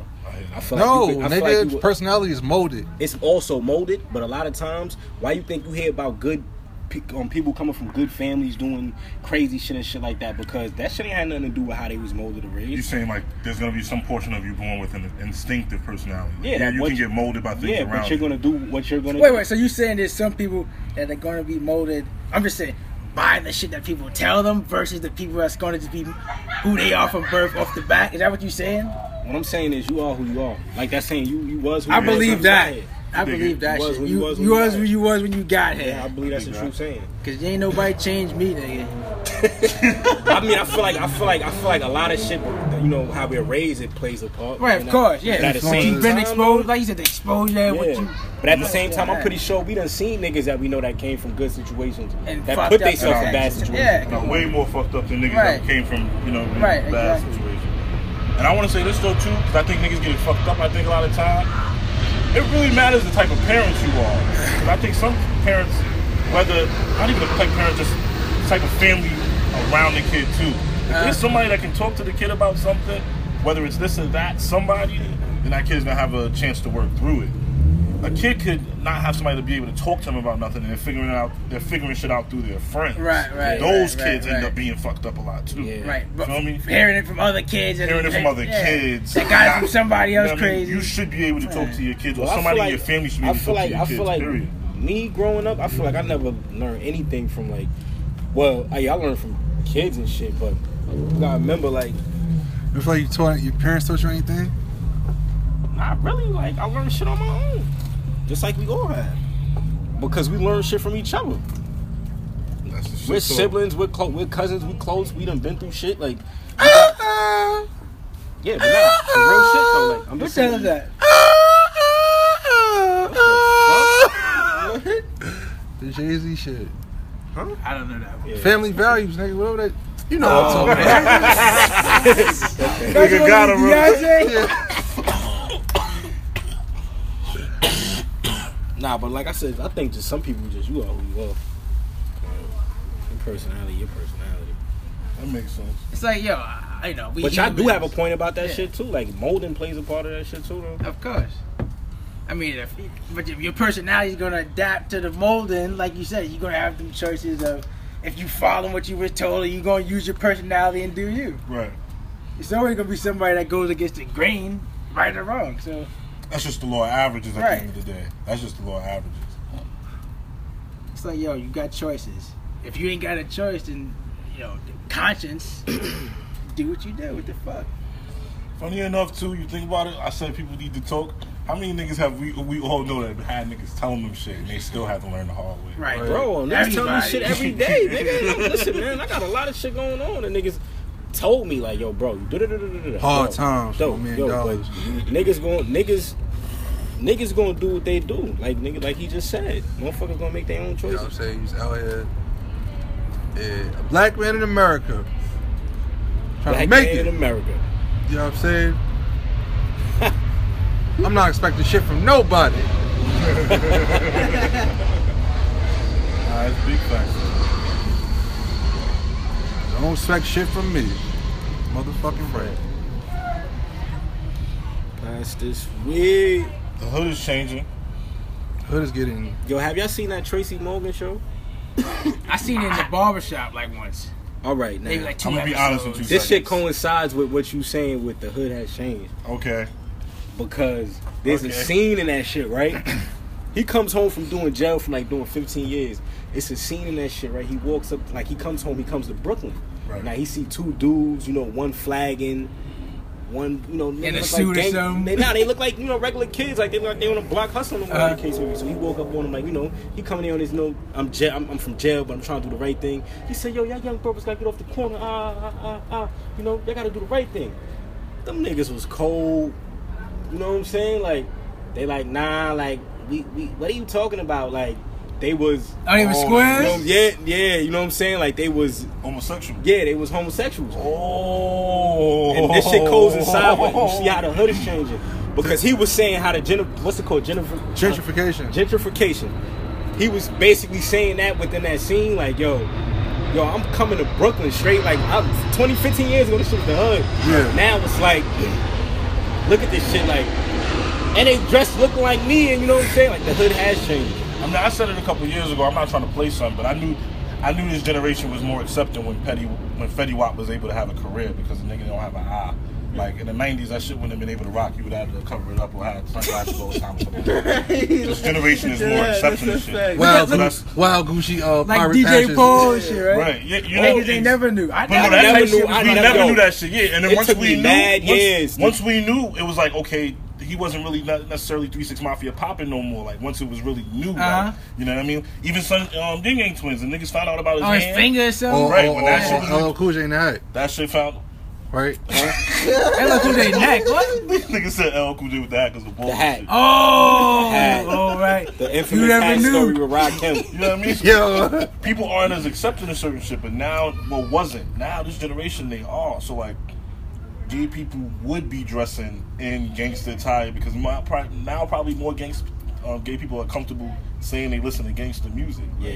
[SPEAKER 2] I feel
[SPEAKER 4] No,
[SPEAKER 2] like you could- I feel like
[SPEAKER 4] nigga,
[SPEAKER 2] you would-
[SPEAKER 4] personality is molded.
[SPEAKER 2] it's also molded, but a lot of times, why you think you hear about good pe- um, people coming from good families doing crazy shit and shit like that? Because that shit ain't had nothing to do with how they was molded or
[SPEAKER 1] You
[SPEAKER 2] raised.
[SPEAKER 1] saying like there's gonna be some portion of you born with an instinctive personality.
[SPEAKER 2] Yeah,
[SPEAKER 1] yeah you
[SPEAKER 2] what
[SPEAKER 1] can
[SPEAKER 2] you-
[SPEAKER 1] get molded by things
[SPEAKER 2] Yeah,
[SPEAKER 1] around
[SPEAKER 2] but you're
[SPEAKER 1] you.
[SPEAKER 2] gonna do what you're gonna.
[SPEAKER 5] Wait,
[SPEAKER 2] do.
[SPEAKER 5] wait. So you saying there's some people that are going to be molded? I'm just saying by the shit that people tell them versus the people that's going to just be who they are from birth off the bat. Is that what you saying?
[SPEAKER 2] What I'm saying is, you are who you are. Like that saying, you you was. Who
[SPEAKER 5] I
[SPEAKER 2] you was
[SPEAKER 5] believe
[SPEAKER 2] when you got
[SPEAKER 5] that.
[SPEAKER 2] here.
[SPEAKER 5] I
[SPEAKER 1] Nigga,
[SPEAKER 5] believe that
[SPEAKER 2] you was
[SPEAKER 5] shit.
[SPEAKER 2] when
[SPEAKER 5] You,
[SPEAKER 2] you was
[SPEAKER 5] you
[SPEAKER 2] when you
[SPEAKER 5] was
[SPEAKER 2] got
[SPEAKER 5] when you was when you got
[SPEAKER 2] Yeah, I
[SPEAKER 5] here.
[SPEAKER 2] believe that's a true saying.
[SPEAKER 5] Cause ain't nobody changed me, nigga.
[SPEAKER 2] I mean, I feel like I feel like I feel like a lot of shit. You know how we're raised, it plays a part.
[SPEAKER 5] Right, of
[SPEAKER 2] And I-
[SPEAKER 5] course, yeah.
[SPEAKER 2] but at the same
[SPEAKER 5] You've been
[SPEAKER 2] time,
[SPEAKER 5] exposed, like you said, the exposure.
[SPEAKER 2] though,
[SPEAKER 5] What
[SPEAKER 2] yeah.
[SPEAKER 5] you,
[SPEAKER 2] But at the same time, I'm
[SPEAKER 5] Yeah.
[SPEAKER 2] pretty sure we done seen niggas that we know that came from good situations
[SPEAKER 5] And
[SPEAKER 2] that
[SPEAKER 5] fucked
[SPEAKER 2] put
[SPEAKER 5] up
[SPEAKER 2] themselves in bad
[SPEAKER 5] situations.
[SPEAKER 2] situations.
[SPEAKER 5] Yeah.
[SPEAKER 1] No, way more fucked up than niggas
[SPEAKER 5] Right.
[SPEAKER 1] that came from, you know,
[SPEAKER 5] Right,
[SPEAKER 1] bad
[SPEAKER 5] exactly.
[SPEAKER 1] situations. And I want to say this though too, because I think niggas getting fucked up. I think a lot of time, it really matters the type of parents you are. 'Cause I think some parents, whether not even the type of parents, just the type of family around the kid too. If
[SPEAKER 2] Uh-huh.
[SPEAKER 1] there's somebody that can talk to the kid about something, whether it's this or that, somebody, then that kid's gonna have a chance to work through it a kid could not have somebody to be able to talk to him about nothing, and they're figuring out they're figuring shit out through their friends.
[SPEAKER 5] Right, right,
[SPEAKER 1] Those
[SPEAKER 5] right,
[SPEAKER 1] kids
[SPEAKER 5] right,
[SPEAKER 1] end
[SPEAKER 5] right.
[SPEAKER 1] up being fucked up a lot too.
[SPEAKER 2] Yeah.
[SPEAKER 5] Right, but
[SPEAKER 1] Feel me?
[SPEAKER 5] hearing it from other kids, and-
[SPEAKER 1] Hearing it from other
[SPEAKER 5] yeah.
[SPEAKER 1] kids,
[SPEAKER 5] that got it
[SPEAKER 1] not-
[SPEAKER 5] from somebody
[SPEAKER 1] you know
[SPEAKER 5] else
[SPEAKER 1] what I mean?
[SPEAKER 5] crazy.
[SPEAKER 1] You should be able to talk to your kids, or
[SPEAKER 2] Well, I
[SPEAKER 1] somebody
[SPEAKER 2] feel
[SPEAKER 1] in your family should be
[SPEAKER 2] I
[SPEAKER 1] able to
[SPEAKER 2] feel
[SPEAKER 1] talk
[SPEAKER 2] like
[SPEAKER 1] to
[SPEAKER 2] I
[SPEAKER 1] your kids.
[SPEAKER 2] feel like
[SPEAKER 1] period.
[SPEAKER 2] me growing up, I feel like I never learned anything from like, well, I, I learned from kids and shit, but I gotta remember like,
[SPEAKER 4] You feel like you taught your parents taught you anything?
[SPEAKER 2] not really like I learned shit on my own, just like we all have, because we learn shit from each other.
[SPEAKER 1] That's the shit.
[SPEAKER 2] We're
[SPEAKER 1] So,
[SPEAKER 2] siblings, we're close, we're cousins, we close, we done been through shit like. Yeah, but nah, for real shit though. Like, I'm
[SPEAKER 5] What
[SPEAKER 2] just
[SPEAKER 5] the hell
[SPEAKER 2] saying.
[SPEAKER 5] is that?
[SPEAKER 4] The Jay Z shit.
[SPEAKER 5] I don't know that.
[SPEAKER 2] Yeah. Oh.
[SPEAKER 4] Family values, nigga. Whatever that. You know what I'm talking
[SPEAKER 1] Nigga got him, bro.
[SPEAKER 2] [LAUGHS]
[SPEAKER 5] Beyonce?
[SPEAKER 2] Nah, but like I said, I think just some people just you are who you are. Your personality, your personality.
[SPEAKER 1] That makes sense.
[SPEAKER 5] It's like, yo, I I know. We
[SPEAKER 2] But y'all do
[SPEAKER 5] humans.
[SPEAKER 2] have a point about that
[SPEAKER 5] Yeah.
[SPEAKER 2] shit too. Like molding plays a part of that shit too, though.
[SPEAKER 5] Of course. I mean, if, but if your personality is going to adapt to the molding, like you said, you're going to have them choices of if you follow what you were told, you're going to use your personality and do you.
[SPEAKER 1] Right.
[SPEAKER 5] It's always going to be somebody that goes against the grain, right or wrong. So,
[SPEAKER 1] That's just the law of averages at
[SPEAKER 5] Right.
[SPEAKER 1] the end of the day. That's just the law of averages.
[SPEAKER 5] It's like, yo, you got choices. If you ain't got a choice, then, you know, conscience, [COUGHS] do what you do. What the fuck?
[SPEAKER 1] Funny enough, too, you think about it. I said people need to talk. How many niggas have we we all know that had niggas telling them shit and they still had to learn the hard way?
[SPEAKER 5] Right.
[SPEAKER 2] Bro, niggas tell me
[SPEAKER 5] Everybody.
[SPEAKER 2] shit every day, nigga. Listen, man, I got a lot of shit going on, and niggas told me like, yo, bro, da-da-da-da-da-da.
[SPEAKER 4] Hard
[SPEAKER 2] Yo,
[SPEAKER 4] times for a million
[SPEAKER 2] but
[SPEAKER 4] dollars.
[SPEAKER 2] Niggas going, niggas, niggas going to do what they do. Like nigga, like he just said, motherfuckers going to make their own
[SPEAKER 4] You know what I'm
[SPEAKER 2] choices.
[SPEAKER 4] saying? He's out here. Yeah. A black man in America. Trying
[SPEAKER 2] Black
[SPEAKER 4] to make
[SPEAKER 2] man
[SPEAKER 4] it.
[SPEAKER 2] in America.
[SPEAKER 4] You know what I'm saying? [LAUGHS] I'm not expecting shit from nobody.
[SPEAKER 1] Nah, that's big facts.
[SPEAKER 4] Don't expect shit from me. Motherfucking right.
[SPEAKER 2] Pass this week.
[SPEAKER 1] The hood is changing.
[SPEAKER 4] Hood is getting.
[SPEAKER 2] Yo, have y'all seen that Tracy Morgan show?
[SPEAKER 5] [LAUGHS] I seen it in the barbershop like once.
[SPEAKER 2] All right, now.
[SPEAKER 5] Maybe like 2
[SPEAKER 1] I'm gonna be honest with you.
[SPEAKER 2] this shit
[SPEAKER 1] seconds.
[SPEAKER 2] coincides with what you saying with the hood has changed
[SPEAKER 1] Okay.
[SPEAKER 2] because there's a
[SPEAKER 1] Okay.
[SPEAKER 2] scene in that shit,
[SPEAKER 5] [CLEARS THROAT]
[SPEAKER 2] right? he comes home from doing jail from like doing 15 years. It's a scene in that shit, right? He walks up like he comes home, he comes to Brooklyn.
[SPEAKER 1] Right.
[SPEAKER 2] Now he see two dudes, you know, one flagging, one, you know,
[SPEAKER 5] In a
[SPEAKER 2] look
[SPEAKER 5] suit or
[SPEAKER 2] gang-
[SPEAKER 5] something.
[SPEAKER 2] They, nah, they look like you know regular kids, like they look like they on a block hustling or whatever
[SPEAKER 5] Uh-huh.
[SPEAKER 2] the case may be. So he woke up on him like, you know, he coming in on his, you know, I'm, jail, I'm I'm from jail, but I'm trying to do the right thing. He said, yo, y'all young brothers gotta get off the corner, ah, ah, ah, ah, you know, y'all gotta do the right thing. Them niggas was cold, you know what I'm saying? Like, they like, nah, like, we, we what are you talking about? Like, they was,
[SPEAKER 5] I ain't even
[SPEAKER 1] Oh,
[SPEAKER 5] squares.
[SPEAKER 1] no,
[SPEAKER 2] yeah, yeah, you know what I'm saying? Like, they was,
[SPEAKER 1] Homosexual.
[SPEAKER 2] yeah, they was homosexuals.
[SPEAKER 1] Oh.
[SPEAKER 2] And this shit goes inside with you see how the hood is changing. Because he was saying how the gen- what's it called? Jennifer
[SPEAKER 4] Gentrification.
[SPEAKER 2] gentrification. He was basically saying that within that scene, like, yo, yo, I'm coming to Brooklyn straight. Like, I, 20, 15 years ago, this shit was the hood.
[SPEAKER 4] Yeah.
[SPEAKER 2] Now it's like, look at this shit, like, and they dressed looking like me, and you know what I'm saying? Like, the hood has changed.
[SPEAKER 1] I mean, I said it a couple years ago. I'm not trying to play something, but I knew, I knew this generation was more accepting when Petty, when Fetty Wap was able to have a career because the nigga don't have an eye. Like in the '90s, that shit wouldn't have been able to rock. You would have had to cover it up or have [LAUGHS] sunglasses all the time. or something. This generation is more accepting of shit.
[SPEAKER 4] Wow,
[SPEAKER 1] But
[SPEAKER 4] Gucci,
[SPEAKER 1] that's-
[SPEAKER 4] wow, Gucci, uh,
[SPEAKER 5] Like
[SPEAKER 4] Pirate
[SPEAKER 5] DJ
[SPEAKER 4] Ashes.
[SPEAKER 5] Paul and shit, right?
[SPEAKER 1] Right? Yeah, you know,
[SPEAKER 5] Niggas they never knew. I
[SPEAKER 1] But no,
[SPEAKER 5] never,
[SPEAKER 1] that
[SPEAKER 5] that
[SPEAKER 1] never
[SPEAKER 5] shit
[SPEAKER 1] knew.
[SPEAKER 5] was
[SPEAKER 1] we
[SPEAKER 2] like,
[SPEAKER 1] never
[SPEAKER 2] yo,
[SPEAKER 1] knew that shit. Yeah, and then
[SPEAKER 2] it
[SPEAKER 1] once
[SPEAKER 2] took
[SPEAKER 1] we
[SPEAKER 2] me
[SPEAKER 1] knew,
[SPEAKER 2] mad
[SPEAKER 1] once,
[SPEAKER 2] years,
[SPEAKER 1] once we knew, it was like okay, he wasn't really not necessarily Three Six Mafia popping no more. Like once it was really new, like,
[SPEAKER 5] Uh-huh.
[SPEAKER 1] you know what I mean? Even son, um, Ding Yang Twins, the niggas found out about his,
[SPEAKER 5] on Oh, his
[SPEAKER 1] hand.
[SPEAKER 5] finger or something.
[SPEAKER 4] Or,
[SPEAKER 1] Right,
[SPEAKER 4] or,
[SPEAKER 1] when that shit
[SPEAKER 4] or,
[SPEAKER 1] was-
[SPEAKER 4] or LL Cool J in the hat,
[SPEAKER 1] That shit found.
[SPEAKER 4] right? [LAUGHS]
[SPEAKER 5] That look through their neck. What?
[SPEAKER 1] [LAUGHS] Nigga said L Cool J with the hat because the ball.
[SPEAKER 2] The hat.
[SPEAKER 1] shit.
[SPEAKER 5] Oh, all right.
[SPEAKER 2] The
[SPEAKER 5] You
[SPEAKER 2] infamous
[SPEAKER 5] never
[SPEAKER 2] hat
[SPEAKER 5] knew.
[SPEAKER 2] story with Rod Kemp.
[SPEAKER 5] [LAUGHS]
[SPEAKER 1] You know what I mean?
[SPEAKER 4] Yo,
[SPEAKER 1] People aren't as accepting of certain shit, but now, well, wasn't. Now this generation, they are. So like, gay people would be dressing in gangster attire because my, pro- now probably more gangster, uh, gay people are comfortable saying they listen to gangster music.
[SPEAKER 2] Yeah.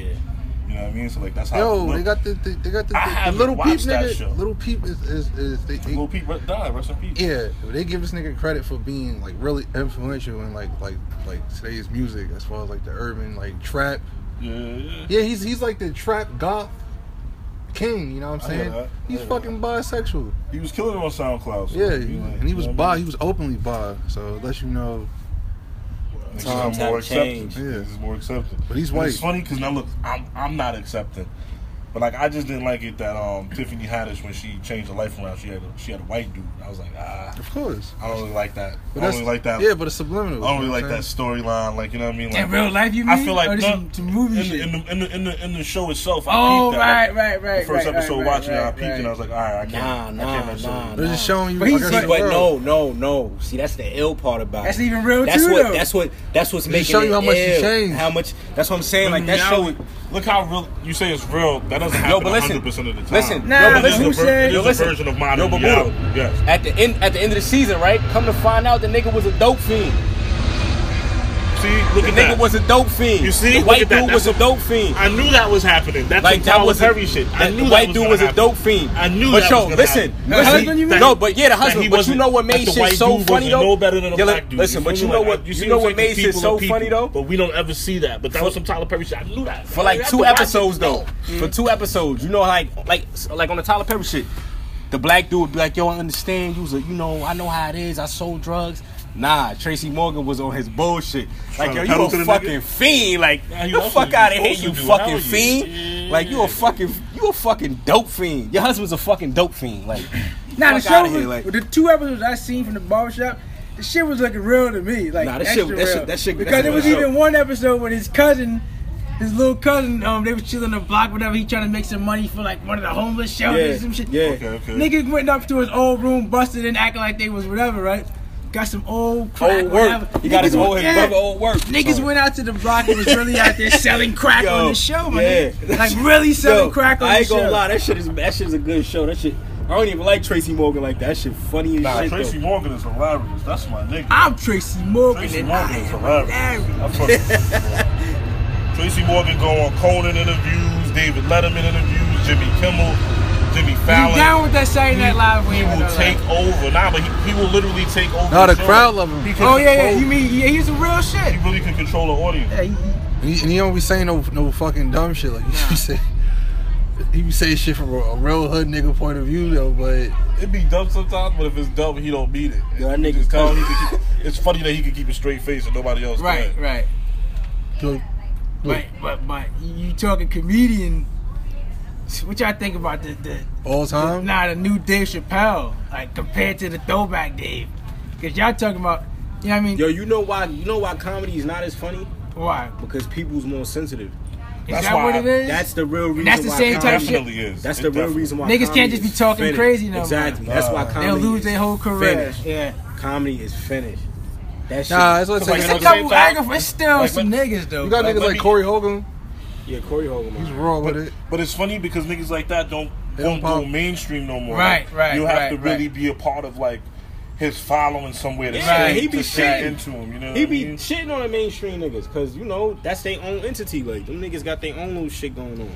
[SPEAKER 1] You know what I mean? So like, that's how.
[SPEAKER 4] yo,
[SPEAKER 1] Lil-
[SPEAKER 4] they got the, the they got the,
[SPEAKER 1] I
[SPEAKER 4] the, the
[SPEAKER 1] haven't
[SPEAKER 4] little peep
[SPEAKER 1] watched that show.
[SPEAKER 4] nigga. Little peep is is, is they, they
[SPEAKER 1] Lil Peep re- died. Rest in peace.
[SPEAKER 4] yeah, they give this nigga credit for being like really influential in like like like today's music as far as like the urban like trap.
[SPEAKER 1] Yeah.
[SPEAKER 4] Yeah, he's he's like the trap goth king. You know what I'm
[SPEAKER 1] I hear
[SPEAKER 4] saying?
[SPEAKER 1] that. I
[SPEAKER 4] He's
[SPEAKER 1] hear
[SPEAKER 4] fucking bisexual.
[SPEAKER 1] He was killing it on SoundCloud. So
[SPEAKER 4] Yeah,
[SPEAKER 1] like,
[SPEAKER 4] he-
[SPEAKER 1] like,
[SPEAKER 4] and he was
[SPEAKER 1] you know what
[SPEAKER 4] bi.
[SPEAKER 1] I
[SPEAKER 4] He
[SPEAKER 1] mean?
[SPEAKER 4] was openly bi. So it lets you know.
[SPEAKER 1] Niggas
[SPEAKER 2] Times
[SPEAKER 1] are more
[SPEAKER 2] have changed.
[SPEAKER 1] accepting. Yeah, this is more accepting.
[SPEAKER 4] But he's
[SPEAKER 1] And
[SPEAKER 4] white.
[SPEAKER 1] It's funny because now look, I'm I'm not accepting, but like I just didn't like it that um Tiffany Haddish when she changed her life around, she had a, she had a white dude. I was like, ah,
[SPEAKER 4] Of course.
[SPEAKER 1] I don't really like that.
[SPEAKER 4] But
[SPEAKER 1] I
[SPEAKER 4] that's
[SPEAKER 1] don't really like that.
[SPEAKER 4] Yeah, but it's subliminal.
[SPEAKER 1] I don't really
[SPEAKER 4] you know
[SPEAKER 1] like
[SPEAKER 4] what I'm
[SPEAKER 1] that storyline. Like you know what I mean? Like,
[SPEAKER 5] In real life, you mean?
[SPEAKER 1] I feel like
[SPEAKER 5] or this
[SPEAKER 1] no,
[SPEAKER 5] is to movie
[SPEAKER 1] in,
[SPEAKER 5] shit.
[SPEAKER 1] the, in, the, in the in the in the show itself. I
[SPEAKER 5] oh,
[SPEAKER 1] peeped at
[SPEAKER 5] right,
[SPEAKER 1] it.
[SPEAKER 5] right,
[SPEAKER 1] The
[SPEAKER 5] right.
[SPEAKER 1] first
[SPEAKER 5] right,
[SPEAKER 1] episode
[SPEAKER 5] right,
[SPEAKER 1] watching it,
[SPEAKER 5] right,
[SPEAKER 1] I peeped
[SPEAKER 5] right.
[SPEAKER 1] and I was like, all right, I
[SPEAKER 2] Nah,
[SPEAKER 1] can't. I
[SPEAKER 2] nah,
[SPEAKER 1] can't
[SPEAKER 2] nah,
[SPEAKER 1] nah,
[SPEAKER 4] They're just
[SPEAKER 2] nah.
[SPEAKER 4] showing you.
[SPEAKER 5] But he's
[SPEAKER 4] like,
[SPEAKER 5] like-
[SPEAKER 4] that's the
[SPEAKER 2] But no,
[SPEAKER 4] world.
[SPEAKER 2] no, no. See, that's the ill part about
[SPEAKER 5] That's
[SPEAKER 2] it.
[SPEAKER 5] even real
[SPEAKER 2] That's
[SPEAKER 5] too,
[SPEAKER 2] what.
[SPEAKER 5] though.
[SPEAKER 2] That's what. That's what's making.
[SPEAKER 4] show you
[SPEAKER 2] it
[SPEAKER 4] how much she
[SPEAKER 2] ill.
[SPEAKER 4] changed.
[SPEAKER 2] How much? That's what I'm saying. Like that
[SPEAKER 1] Now
[SPEAKER 2] show.
[SPEAKER 1] it- Look how real you say it's real. That doesn't happen
[SPEAKER 2] Yo, but listen,
[SPEAKER 1] 100% of the time.
[SPEAKER 2] listen,
[SPEAKER 5] Nah,
[SPEAKER 2] yo,
[SPEAKER 1] But it is
[SPEAKER 2] but listen,
[SPEAKER 5] who
[SPEAKER 1] a ver-
[SPEAKER 5] said-
[SPEAKER 1] it is a
[SPEAKER 2] yo, listen.
[SPEAKER 1] version of modern
[SPEAKER 2] Yo, but
[SPEAKER 1] reality.
[SPEAKER 2] Buddha,
[SPEAKER 1] Yes.
[SPEAKER 2] At the end, at the end of the season, right? Come to find out, the nigga was a dope fiend.
[SPEAKER 1] See, look
[SPEAKER 2] The
[SPEAKER 1] at
[SPEAKER 2] nigga
[SPEAKER 1] that.
[SPEAKER 2] was a dope fiend.
[SPEAKER 1] You see?
[SPEAKER 2] the
[SPEAKER 1] Look
[SPEAKER 2] white
[SPEAKER 1] at that.
[SPEAKER 2] dude was a
[SPEAKER 1] That's
[SPEAKER 2] dope fiend.
[SPEAKER 1] I knew that was happening. That's
[SPEAKER 2] Like that was
[SPEAKER 1] heavy shit. I
[SPEAKER 2] that-
[SPEAKER 1] knew
[SPEAKER 2] the
[SPEAKER 1] that
[SPEAKER 2] white dude
[SPEAKER 1] gonna
[SPEAKER 2] was a
[SPEAKER 1] happen.
[SPEAKER 2] dope fiend.
[SPEAKER 1] I knew
[SPEAKER 2] but
[SPEAKER 1] that
[SPEAKER 2] yo,
[SPEAKER 1] was gonna
[SPEAKER 2] listen,
[SPEAKER 1] happen.
[SPEAKER 5] The
[SPEAKER 1] That
[SPEAKER 5] husband,
[SPEAKER 1] he-
[SPEAKER 5] you mean?
[SPEAKER 1] that-
[SPEAKER 2] no, but yeah, the husband.
[SPEAKER 1] he
[SPEAKER 2] but you
[SPEAKER 1] wasn't-
[SPEAKER 2] know what
[SPEAKER 1] that
[SPEAKER 2] made
[SPEAKER 1] the
[SPEAKER 2] shit
[SPEAKER 1] white
[SPEAKER 2] so
[SPEAKER 1] dude
[SPEAKER 2] funny
[SPEAKER 1] wasn't
[SPEAKER 2] though?
[SPEAKER 1] No better than a
[SPEAKER 2] Yeah, li-
[SPEAKER 1] black dude.
[SPEAKER 2] Listen,
[SPEAKER 1] feel
[SPEAKER 2] but
[SPEAKER 1] me?
[SPEAKER 2] you know
[SPEAKER 1] Like,
[SPEAKER 2] what?
[SPEAKER 1] I- see
[SPEAKER 2] You know
[SPEAKER 1] it's
[SPEAKER 2] what
[SPEAKER 1] like the
[SPEAKER 2] made shit
[SPEAKER 1] people
[SPEAKER 2] so
[SPEAKER 1] are people,
[SPEAKER 2] funny though?
[SPEAKER 1] But we don't ever see that. But that was some Tyler Perry shit. I knew that.
[SPEAKER 2] for like two episodes though.
[SPEAKER 1] Mm.
[SPEAKER 2] For two episodes, you know, like like like on the Tyler Perry shit, the black dude would be like, "Yo, I understand. You was a, you know, I know how it is. I sold drugs." Nah, Tracy Morgan was on his bullshit. Like,
[SPEAKER 1] Tryna
[SPEAKER 2] yo, you
[SPEAKER 1] pedal to
[SPEAKER 2] a
[SPEAKER 1] the
[SPEAKER 2] fucking
[SPEAKER 1] nigga?
[SPEAKER 2] fiend. Like,
[SPEAKER 1] Nah, you
[SPEAKER 2] the
[SPEAKER 1] that's
[SPEAKER 2] fuck
[SPEAKER 1] what you
[SPEAKER 2] out of here,
[SPEAKER 1] supposed
[SPEAKER 2] you
[SPEAKER 1] to do.
[SPEAKER 2] fucking
[SPEAKER 1] Hell yeah.
[SPEAKER 2] fiend. Like, you a fucking you a fucking dope fiend. Your husband's a fucking dope fiend. Like,
[SPEAKER 5] Nah, the
[SPEAKER 2] fuck
[SPEAKER 5] show
[SPEAKER 2] outta here, like-
[SPEAKER 5] was, the two episodes I seen from the barbershop, the shit was looking real to me. Like
[SPEAKER 2] Nah, that shit-
[SPEAKER 5] extra
[SPEAKER 2] that shit-
[SPEAKER 5] real.
[SPEAKER 2] that shit- that
[SPEAKER 5] because
[SPEAKER 2] shit
[SPEAKER 5] there was
[SPEAKER 2] was dope.
[SPEAKER 5] even one episode when his cousin, his little cousin, um, they was chilling on the block, whatever. He trying to make some money for like one of the homeless shelters
[SPEAKER 2] Yeah,
[SPEAKER 5] and some shit.
[SPEAKER 2] yeah.
[SPEAKER 1] Okay, okay.
[SPEAKER 5] Niggas went up to his old room, busted in, acting like they was whatever, right? Got some old
[SPEAKER 2] old
[SPEAKER 5] crack.
[SPEAKER 2] work.
[SPEAKER 5] whatever.
[SPEAKER 2] He got his
[SPEAKER 5] Niggas
[SPEAKER 2] old
[SPEAKER 5] went-
[SPEAKER 2] his
[SPEAKER 5] yeah.
[SPEAKER 2] brother old work.
[SPEAKER 5] Niggas went out to the block and was really out
[SPEAKER 2] [LAUGHS]
[SPEAKER 5] there selling crack
[SPEAKER 2] Yo,
[SPEAKER 5] on the show, my
[SPEAKER 2] yeah.
[SPEAKER 5] nigga. Like really selling
[SPEAKER 2] Yo,
[SPEAKER 5] crack on
[SPEAKER 2] I
[SPEAKER 5] the
[SPEAKER 2] ain't
[SPEAKER 5] show.
[SPEAKER 2] gonna lie, that shit is that shit's a good show. That shit, I don't even like Tracy Morgan like that. That shit funny as
[SPEAKER 1] Nah,
[SPEAKER 2] shit.
[SPEAKER 1] Tracy
[SPEAKER 2] though.
[SPEAKER 1] Morgan is hilarious. That's my nigga.
[SPEAKER 5] I'm Tracy Morgan.
[SPEAKER 1] Tracy
[SPEAKER 5] and
[SPEAKER 1] Morgan
[SPEAKER 5] I
[SPEAKER 1] is
[SPEAKER 5] am
[SPEAKER 1] hilarious.
[SPEAKER 5] Larry.
[SPEAKER 1] I fuck with Tracy [LAUGHS] Morgan. Tracy Morgan go on Conan interviews, David Letterman interviews, Jimmy Kimmel, Jimmy
[SPEAKER 5] You
[SPEAKER 1] Fallon.
[SPEAKER 5] down with that Saturday Night Live?
[SPEAKER 1] He will take over. Nah, but he, he will literally take over.
[SPEAKER 4] Nah, the
[SPEAKER 1] show.
[SPEAKER 4] crowd love him.
[SPEAKER 1] He can
[SPEAKER 5] Oh yeah, yeah.
[SPEAKER 1] control-
[SPEAKER 5] You mean yeah? He's some real shit.
[SPEAKER 1] he really can control the audience.
[SPEAKER 5] Yeah, he- he-
[SPEAKER 4] And he, and he don't be saying no no fucking dumb shit like [LAUGHS] you say. He be saying shit from a, a real hood nigga point of view though, but
[SPEAKER 1] It be dumb sometimes, but if it's dumb, he don't beat it.
[SPEAKER 2] Yo, that
[SPEAKER 1] You
[SPEAKER 2] nigga
[SPEAKER 1] just tell him
[SPEAKER 2] cool.
[SPEAKER 1] he can keep- it's funny that he can keep a straight face and nobody else
[SPEAKER 5] Right,
[SPEAKER 1] can.
[SPEAKER 5] right.
[SPEAKER 4] you know,
[SPEAKER 5] But but but you talking comedian What y'all think about the the
[SPEAKER 4] All
[SPEAKER 5] the,
[SPEAKER 4] time?
[SPEAKER 5] nah the new Dave Chappelle like compared to the throwback Dave? Because y'all talking about you know what I mean?
[SPEAKER 2] Yo, you know why? You know why comedy is not as funny?
[SPEAKER 5] Why?
[SPEAKER 2] Because people's more sensitive.
[SPEAKER 5] Is
[SPEAKER 1] That's
[SPEAKER 5] that
[SPEAKER 1] why
[SPEAKER 5] what
[SPEAKER 1] I-
[SPEAKER 5] it is?
[SPEAKER 2] That's the real reason.
[SPEAKER 5] that's the
[SPEAKER 2] why
[SPEAKER 5] same type
[SPEAKER 2] comedy-
[SPEAKER 5] shit.
[SPEAKER 1] Definitely is.
[SPEAKER 2] That's
[SPEAKER 1] It
[SPEAKER 2] the real
[SPEAKER 1] definitely-
[SPEAKER 2] reason why
[SPEAKER 5] Niggas can't
[SPEAKER 2] comedy
[SPEAKER 5] just be
[SPEAKER 2] is
[SPEAKER 5] talking
[SPEAKER 2] finished.
[SPEAKER 5] crazy no more.
[SPEAKER 2] Exactly. That's why
[SPEAKER 1] Nah.
[SPEAKER 2] comedy.
[SPEAKER 5] They'll lose
[SPEAKER 2] is
[SPEAKER 5] their whole career.
[SPEAKER 2] finished.
[SPEAKER 5] Yeah.
[SPEAKER 2] Comedy is finished. That shit.
[SPEAKER 4] Nah, that's what I'm
[SPEAKER 1] Like,
[SPEAKER 5] It's a
[SPEAKER 1] at
[SPEAKER 4] saying.
[SPEAKER 1] the same
[SPEAKER 5] couple
[SPEAKER 1] time-
[SPEAKER 5] aggravates. It's still
[SPEAKER 1] like,
[SPEAKER 5] some
[SPEAKER 1] when-
[SPEAKER 5] niggas though.
[SPEAKER 4] You got
[SPEAKER 1] Like,
[SPEAKER 4] niggas
[SPEAKER 1] let
[SPEAKER 4] like
[SPEAKER 1] me-
[SPEAKER 4] Corey Hogan.
[SPEAKER 2] yeah, Corey Hogan.
[SPEAKER 4] He's raw with it.
[SPEAKER 1] But it's funny because niggas like that don't
[SPEAKER 4] They
[SPEAKER 1] don't
[SPEAKER 4] don't
[SPEAKER 1] go
[SPEAKER 4] pop.
[SPEAKER 1] mainstream no more.
[SPEAKER 5] Right, right,
[SPEAKER 1] You have
[SPEAKER 5] right,
[SPEAKER 1] to really
[SPEAKER 5] right.
[SPEAKER 1] be a part of like his following somewhere to
[SPEAKER 2] Yeah,
[SPEAKER 1] stay-
[SPEAKER 2] he be
[SPEAKER 1] to stay
[SPEAKER 2] shitting.
[SPEAKER 1] into him. You know, what
[SPEAKER 2] He
[SPEAKER 1] I
[SPEAKER 2] be
[SPEAKER 1] mean?
[SPEAKER 2] shitting on the mainstream niggas, cause you know that's their own entity. Like them niggas got their own little shit going on.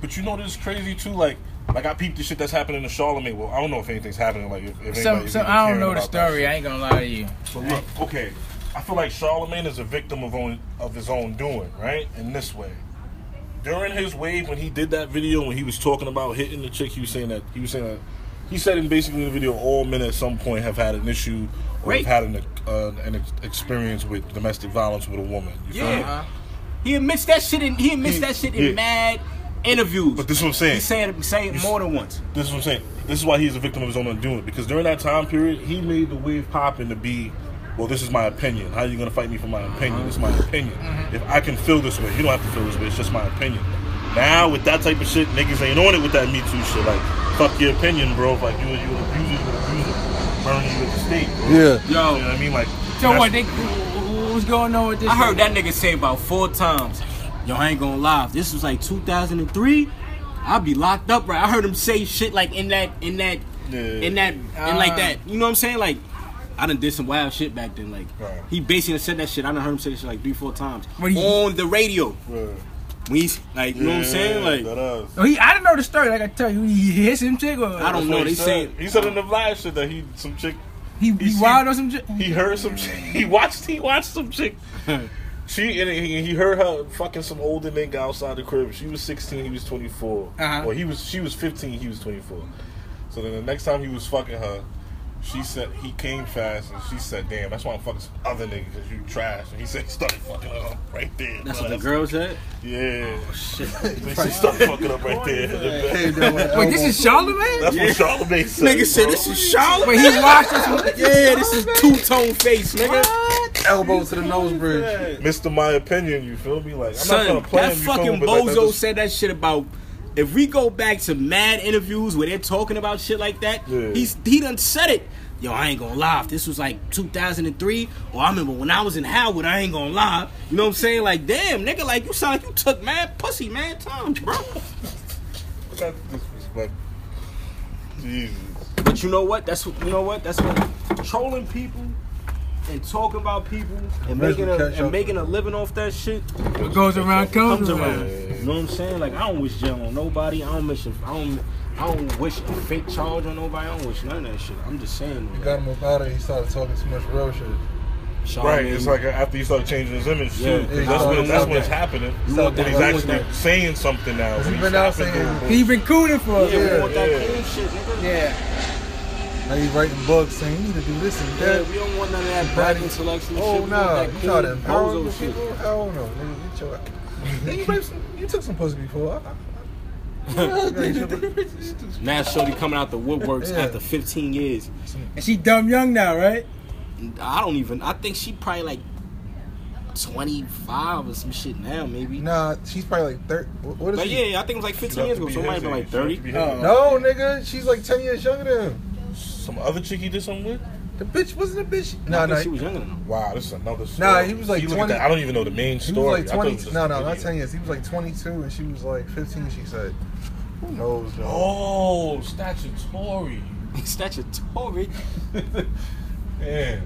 [SPEAKER 1] But you know this is crazy too. Like, like I peeped the shit that's happening to Charlemagne. Well, I don't know if anything's happening. Like, if, if anybody-
[SPEAKER 5] Some,
[SPEAKER 1] if
[SPEAKER 5] some,
[SPEAKER 1] even
[SPEAKER 5] I don't
[SPEAKER 1] caring
[SPEAKER 5] know the
[SPEAKER 1] about that
[SPEAKER 5] story.
[SPEAKER 1] shit.
[SPEAKER 5] I ain't gonna lie to you.
[SPEAKER 1] So look, okay, I feel like Charlemagne is a victim of own of his own doing, right? In this way, during his wave when he did that video when he was talking about hitting the chick, he was saying that he was saying that he said in basically in the video all men at some point have had an issue or
[SPEAKER 2] Rape.
[SPEAKER 1] have had an uh, an ex- experience with domestic violence with a woman. You feel me?
[SPEAKER 2] Yeah. He admits that shit in he admits
[SPEAKER 1] He-
[SPEAKER 2] that shit
[SPEAKER 1] yeah.
[SPEAKER 2] in mad interviews.
[SPEAKER 1] But this is what I'm saying.
[SPEAKER 2] he said say it more than once.
[SPEAKER 1] This is what I'm saying. This is why he's a victim of his own undoing. Because during that time period, he made the wave popping to be, well, this is my opinion. How are you going to fight me for my opinion? It's my opinion. If I can feel this way, you don't have to feel this way. It's just my opinion. Now, with that type of shit, niggas ain't on it with that Me Too shit. Like, fuck your opinion, bro. Like, you, you an abuser, you an abuser. Burning you at the stake, bro.
[SPEAKER 4] Yeah.
[SPEAKER 1] You know what I mean? Like,
[SPEAKER 5] So
[SPEAKER 1] that's-
[SPEAKER 5] what? They, what's going on with this?
[SPEAKER 2] I heard that nigga say about four times. Yo, I ain't gonna lie. If This was like 2003. I'd be locked up, right? I heard him say shit like in that, in that,
[SPEAKER 1] Yeah. Uh-huh.
[SPEAKER 2] in that, in like that. You know what I'm saying? Like, I done did some wild shit back then. Like,
[SPEAKER 1] Right.
[SPEAKER 2] he basically said that shit. I done heard him say that shit like three, four times
[SPEAKER 5] What he-
[SPEAKER 2] on the radio.
[SPEAKER 1] Bruh.
[SPEAKER 2] When he's like, you know what I'm
[SPEAKER 1] Yeah, that
[SPEAKER 2] saying? Like,
[SPEAKER 1] is.
[SPEAKER 5] Oh, he, I don't know the story. Like I tell you, he hit some chick or
[SPEAKER 2] I
[SPEAKER 1] That's
[SPEAKER 2] don't
[SPEAKER 1] what
[SPEAKER 2] know.
[SPEAKER 1] he
[SPEAKER 2] They
[SPEAKER 1] said.
[SPEAKER 2] say
[SPEAKER 1] He said in the live shit that he, some chick,
[SPEAKER 5] he, he,
[SPEAKER 1] he-
[SPEAKER 5] wild on some chick.
[SPEAKER 1] He heard some. chick- [LAUGHS] He watched. He watched some
[SPEAKER 2] [LAUGHS]
[SPEAKER 1] chick. She and he, he heard her fucking some older nigga outside the crib. She was sixteen. He was twenty four.
[SPEAKER 5] Uh-huh.
[SPEAKER 1] Or he was. She was fifteen. He was twenty four. So then the next time he was fucking her, she said he came fast and she said, "Damn, that's why I'm fucking some other nigga because you trash." And he said, [LAUGHS] he "Started fucking her up right there."
[SPEAKER 2] that's
[SPEAKER 1] bro.
[SPEAKER 2] what the girl Oh, said.
[SPEAKER 1] [LAUGHS] Yeah. shit. she started fucking up right there.
[SPEAKER 4] Hey, that one
[SPEAKER 5] Wait, this is Charlemagne.
[SPEAKER 1] That's what Charlemagne said.
[SPEAKER 2] Nigga said
[SPEAKER 1] bro.
[SPEAKER 2] this is Charlotte.
[SPEAKER 5] Wait, he
[SPEAKER 1] [LAUGHS]
[SPEAKER 5] watched us.
[SPEAKER 2] Yeah, this is two tone face, nigga.
[SPEAKER 4] elbow to the nose bridge.
[SPEAKER 1] Mr. My opinion, you feel me? Like I'm not
[SPEAKER 2] Son,
[SPEAKER 1] gonna play
[SPEAKER 2] that
[SPEAKER 1] him, you feel me?
[SPEAKER 2] fucking
[SPEAKER 1] But, like, that's
[SPEAKER 2] bozo
[SPEAKER 1] just-
[SPEAKER 2] said that shit about. If we go back to mad interviews where they're talking about shit like that,
[SPEAKER 1] Yeah.
[SPEAKER 2] he's he done said it. Yo, I ain't gonna lie. If this was like 2003, or I remember when I was in Howard, I ain't gonna lie. You know what I'm saying? Like, damn, nigga, like you sound like you took mad pussy, mad times, bro.
[SPEAKER 1] That's disrespect. Jesus.
[SPEAKER 2] But you know what? That's what you know what? That's what trolling people and talking about people and
[SPEAKER 4] Unless we
[SPEAKER 2] making a
[SPEAKER 4] catch
[SPEAKER 2] and
[SPEAKER 4] up.
[SPEAKER 2] making a living off that shit.
[SPEAKER 5] What goes around comes
[SPEAKER 2] comes around.
[SPEAKER 5] around.
[SPEAKER 2] You know what I'm saying? Like I don't wish jail on nobody. I don't wish. A, I don't. I don't wish a fake charge on nobody. I don't wish none of that shit. I'm just saying. though,
[SPEAKER 4] Got him up out of. He started talking too much real shit.
[SPEAKER 2] Charlamagne-
[SPEAKER 1] Right, it's like after you start changing his image,
[SPEAKER 2] Yeah.
[SPEAKER 1] too. 'cause
[SPEAKER 4] Yeah,
[SPEAKER 1] that's
[SPEAKER 4] you
[SPEAKER 1] when
[SPEAKER 4] want
[SPEAKER 1] that's
[SPEAKER 4] that.
[SPEAKER 1] what's happening.
[SPEAKER 4] You
[SPEAKER 1] When
[SPEAKER 4] want that.
[SPEAKER 1] he's
[SPEAKER 4] You want
[SPEAKER 1] actually
[SPEAKER 4] that.
[SPEAKER 1] saying something now.
[SPEAKER 4] he
[SPEAKER 1] He's
[SPEAKER 4] been out
[SPEAKER 1] stopping
[SPEAKER 4] saying-
[SPEAKER 1] doing-
[SPEAKER 5] He been cooning for.
[SPEAKER 2] yeah, we
[SPEAKER 5] Yeah.
[SPEAKER 2] want that
[SPEAKER 1] yeah.
[SPEAKER 2] clean shit, nigga.
[SPEAKER 5] yeah.
[SPEAKER 4] Now he's writing books saying you need to do this and
[SPEAKER 2] Yeah,
[SPEAKER 4] that.
[SPEAKER 2] we don't want none of that black
[SPEAKER 4] Body-
[SPEAKER 2] intellectual shit.
[SPEAKER 4] Oh
[SPEAKER 2] We want
[SPEAKER 4] nah,
[SPEAKER 2] that
[SPEAKER 4] you try to
[SPEAKER 2] clean
[SPEAKER 4] empower
[SPEAKER 2] bozo
[SPEAKER 4] the
[SPEAKER 2] shit.
[SPEAKER 4] people? I don't know. Nigga, get [LAUGHS] your. Nigga, you, raped some, you took some pussy before. I, I, I,
[SPEAKER 2] Now Shorty coming out the woodworks
[SPEAKER 4] Yeah.
[SPEAKER 2] after 15 years.
[SPEAKER 5] And she dumb young now, right?
[SPEAKER 2] I don't even. I think she probably like 25 or some shit now, maybe.
[SPEAKER 4] nah, she's probably like thirty. What what is
[SPEAKER 2] Like,
[SPEAKER 4] she?
[SPEAKER 2] yeah, I think it was like 15
[SPEAKER 1] She'd
[SPEAKER 2] years
[SPEAKER 1] have to
[SPEAKER 2] ago.
[SPEAKER 1] be
[SPEAKER 2] So it might
[SPEAKER 1] his
[SPEAKER 2] have been
[SPEAKER 1] age.
[SPEAKER 2] like
[SPEAKER 1] She'd have
[SPEAKER 2] 30.
[SPEAKER 1] to be his
[SPEAKER 5] Oh.
[SPEAKER 1] age.
[SPEAKER 4] No, nigga, she's like ten years younger than him.
[SPEAKER 1] Some other chick he did something with?
[SPEAKER 4] The bitch wasn't a bitch.
[SPEAKER 2] I
[SPEAKER 4] Nah,
[SPEAKER 2] think
[SPEAKER 4] nah,
[SPEAKER 2] she was younger than him.
[SPEAKER 1] Wow, this is another story.
[SPEAKER 4] Nah, he was like
[SPEAKER 1] See, look at
[SPEAKER 4] 20
[SPEAKER 1] that. I don't even know the main
[SPEAKER 4] He
[SPEAKER 1] story.
[SPEAKER 4] was
[SPEAKER 1] I
[SPEAKER 4] like
[SPEAKER 1] thought it
[SPEAKER 4] 20.
[SPEAKER 1] was just
[SPEAKER 4] no,
[SPEAKER 1] a
[SPEAKER 4] no, not
[SPEAKER 1] video.
[SPEAKER 4] 10 years. He was like 22 and she was like 15, she said. Who knows, though?
[SPEAKER 1] Oh, statutory.
[SPEAKER 2] [LAUGHS] Statutory.
[SPEAKER 1] Yeah.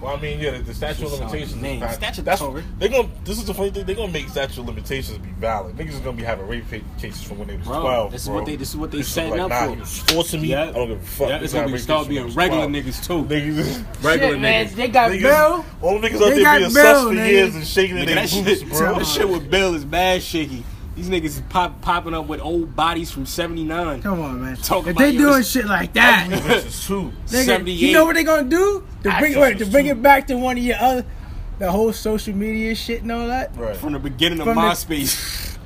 [SPEAKER 1] Well, I mean, yeah, the, the statute of
[SPEAKER 2] Just sound
[SPEAKER 1] limitations.
[SPEAKER 2] lame.
[SPEAKER 1] Is not,
[SPEAKER 2] Statutory.
[SPEAKER 1] They're gonna. This is the funny thing. They're gonna make statute of limitations be valid. Niggas is gonna be having rape ca- cases from when they was
[SPEAKER 2] Bro,
[SPEAKER 1] twelve.
[SPEAKER 2] this is
[SPEAKER 1] bro.
[SPEAKER 2] what they- this is what they
[SPEAKER 1] This is
[SPEAKER 2] setting
[SPEAKER 1] like,
[SPEAKER 2] up
[SPEAKER 1] nah,
[SPEAKER 2] for.
[SPEAKER 1] you was forcing me. I don't give a fuck.
[SPEAKER 2] Yeah,
[SPEAKER 1] This
[SPEAKER 2] it's
[SPEAKER 1] is how
[SPEAKER 2] gonna be
[SPEAKER 1] rape
[SPEAKER 2] start
[SPEAKER 1] cases
[SPEAKER 2] being
[SPEAKER 1] was
[SPEAKER 2] regular
[SPEAKER 1] 12.
[SPEAKER 2] niggas too.
[SPEAKER 1] Niggas,
[SPEAKER 2] Regular
[SPEAKER 5] Shit, man,
[SPEAKER 2] niggas.
[SPEAKER 5] they got
[SPEAKER 1] niggas,
[SPEAKER 5] Bill.
[SPEAKER 1] all the niggas
[SPEAKER 5] They
[SPEAKER 1] out there
[SPEAKER 5] got
[SPEAKER 1] being
[SPEAKER 5] Bill,
[SPEAKER 1] sus for
[SPEAKER 5] nigga.
[SPEAKER 1] years and shaking in
[SPEAKER 2] Nigga,
[SPEAKER 1] their
[SPEAKER 2] that,
[SPEAKER 1] boots,
[SPEAKER 2] shit,
[SPEAKER 1] bro.
[SPEAKER 2] that shit with Bill is bad shaky. These niggas is pop, popping up with old bodies from 79.
[SPEAKER 5] Come on, man.
[SPEAKER 2] Talk
[SPEAKER 5] if
[SPEAKER 2] about
[SPEAKER 5] they
[SPEAKER 2] your-
[SPEAKER 5] doing shit like that,
[SPEAKER 1] Bitches too.
[SPEAKER 5] nigga,
[SPEAKER 2] 78.
[SPEAKER 5] you know what they gonna do? To bring,
[SPEAKER 1] Actresses,
[SPEAKER 5] wait, to bring
[SPEAKER 1] too.
[SPEAKER 5] it back to one of your other, the whole social media shit and all that.
[SPEAKER 1] Right.
[SPEAKER 2] From the beginning of
[SPEAKER 5] [LAUGHS] From the-
[SPEAKER 2] MySpace.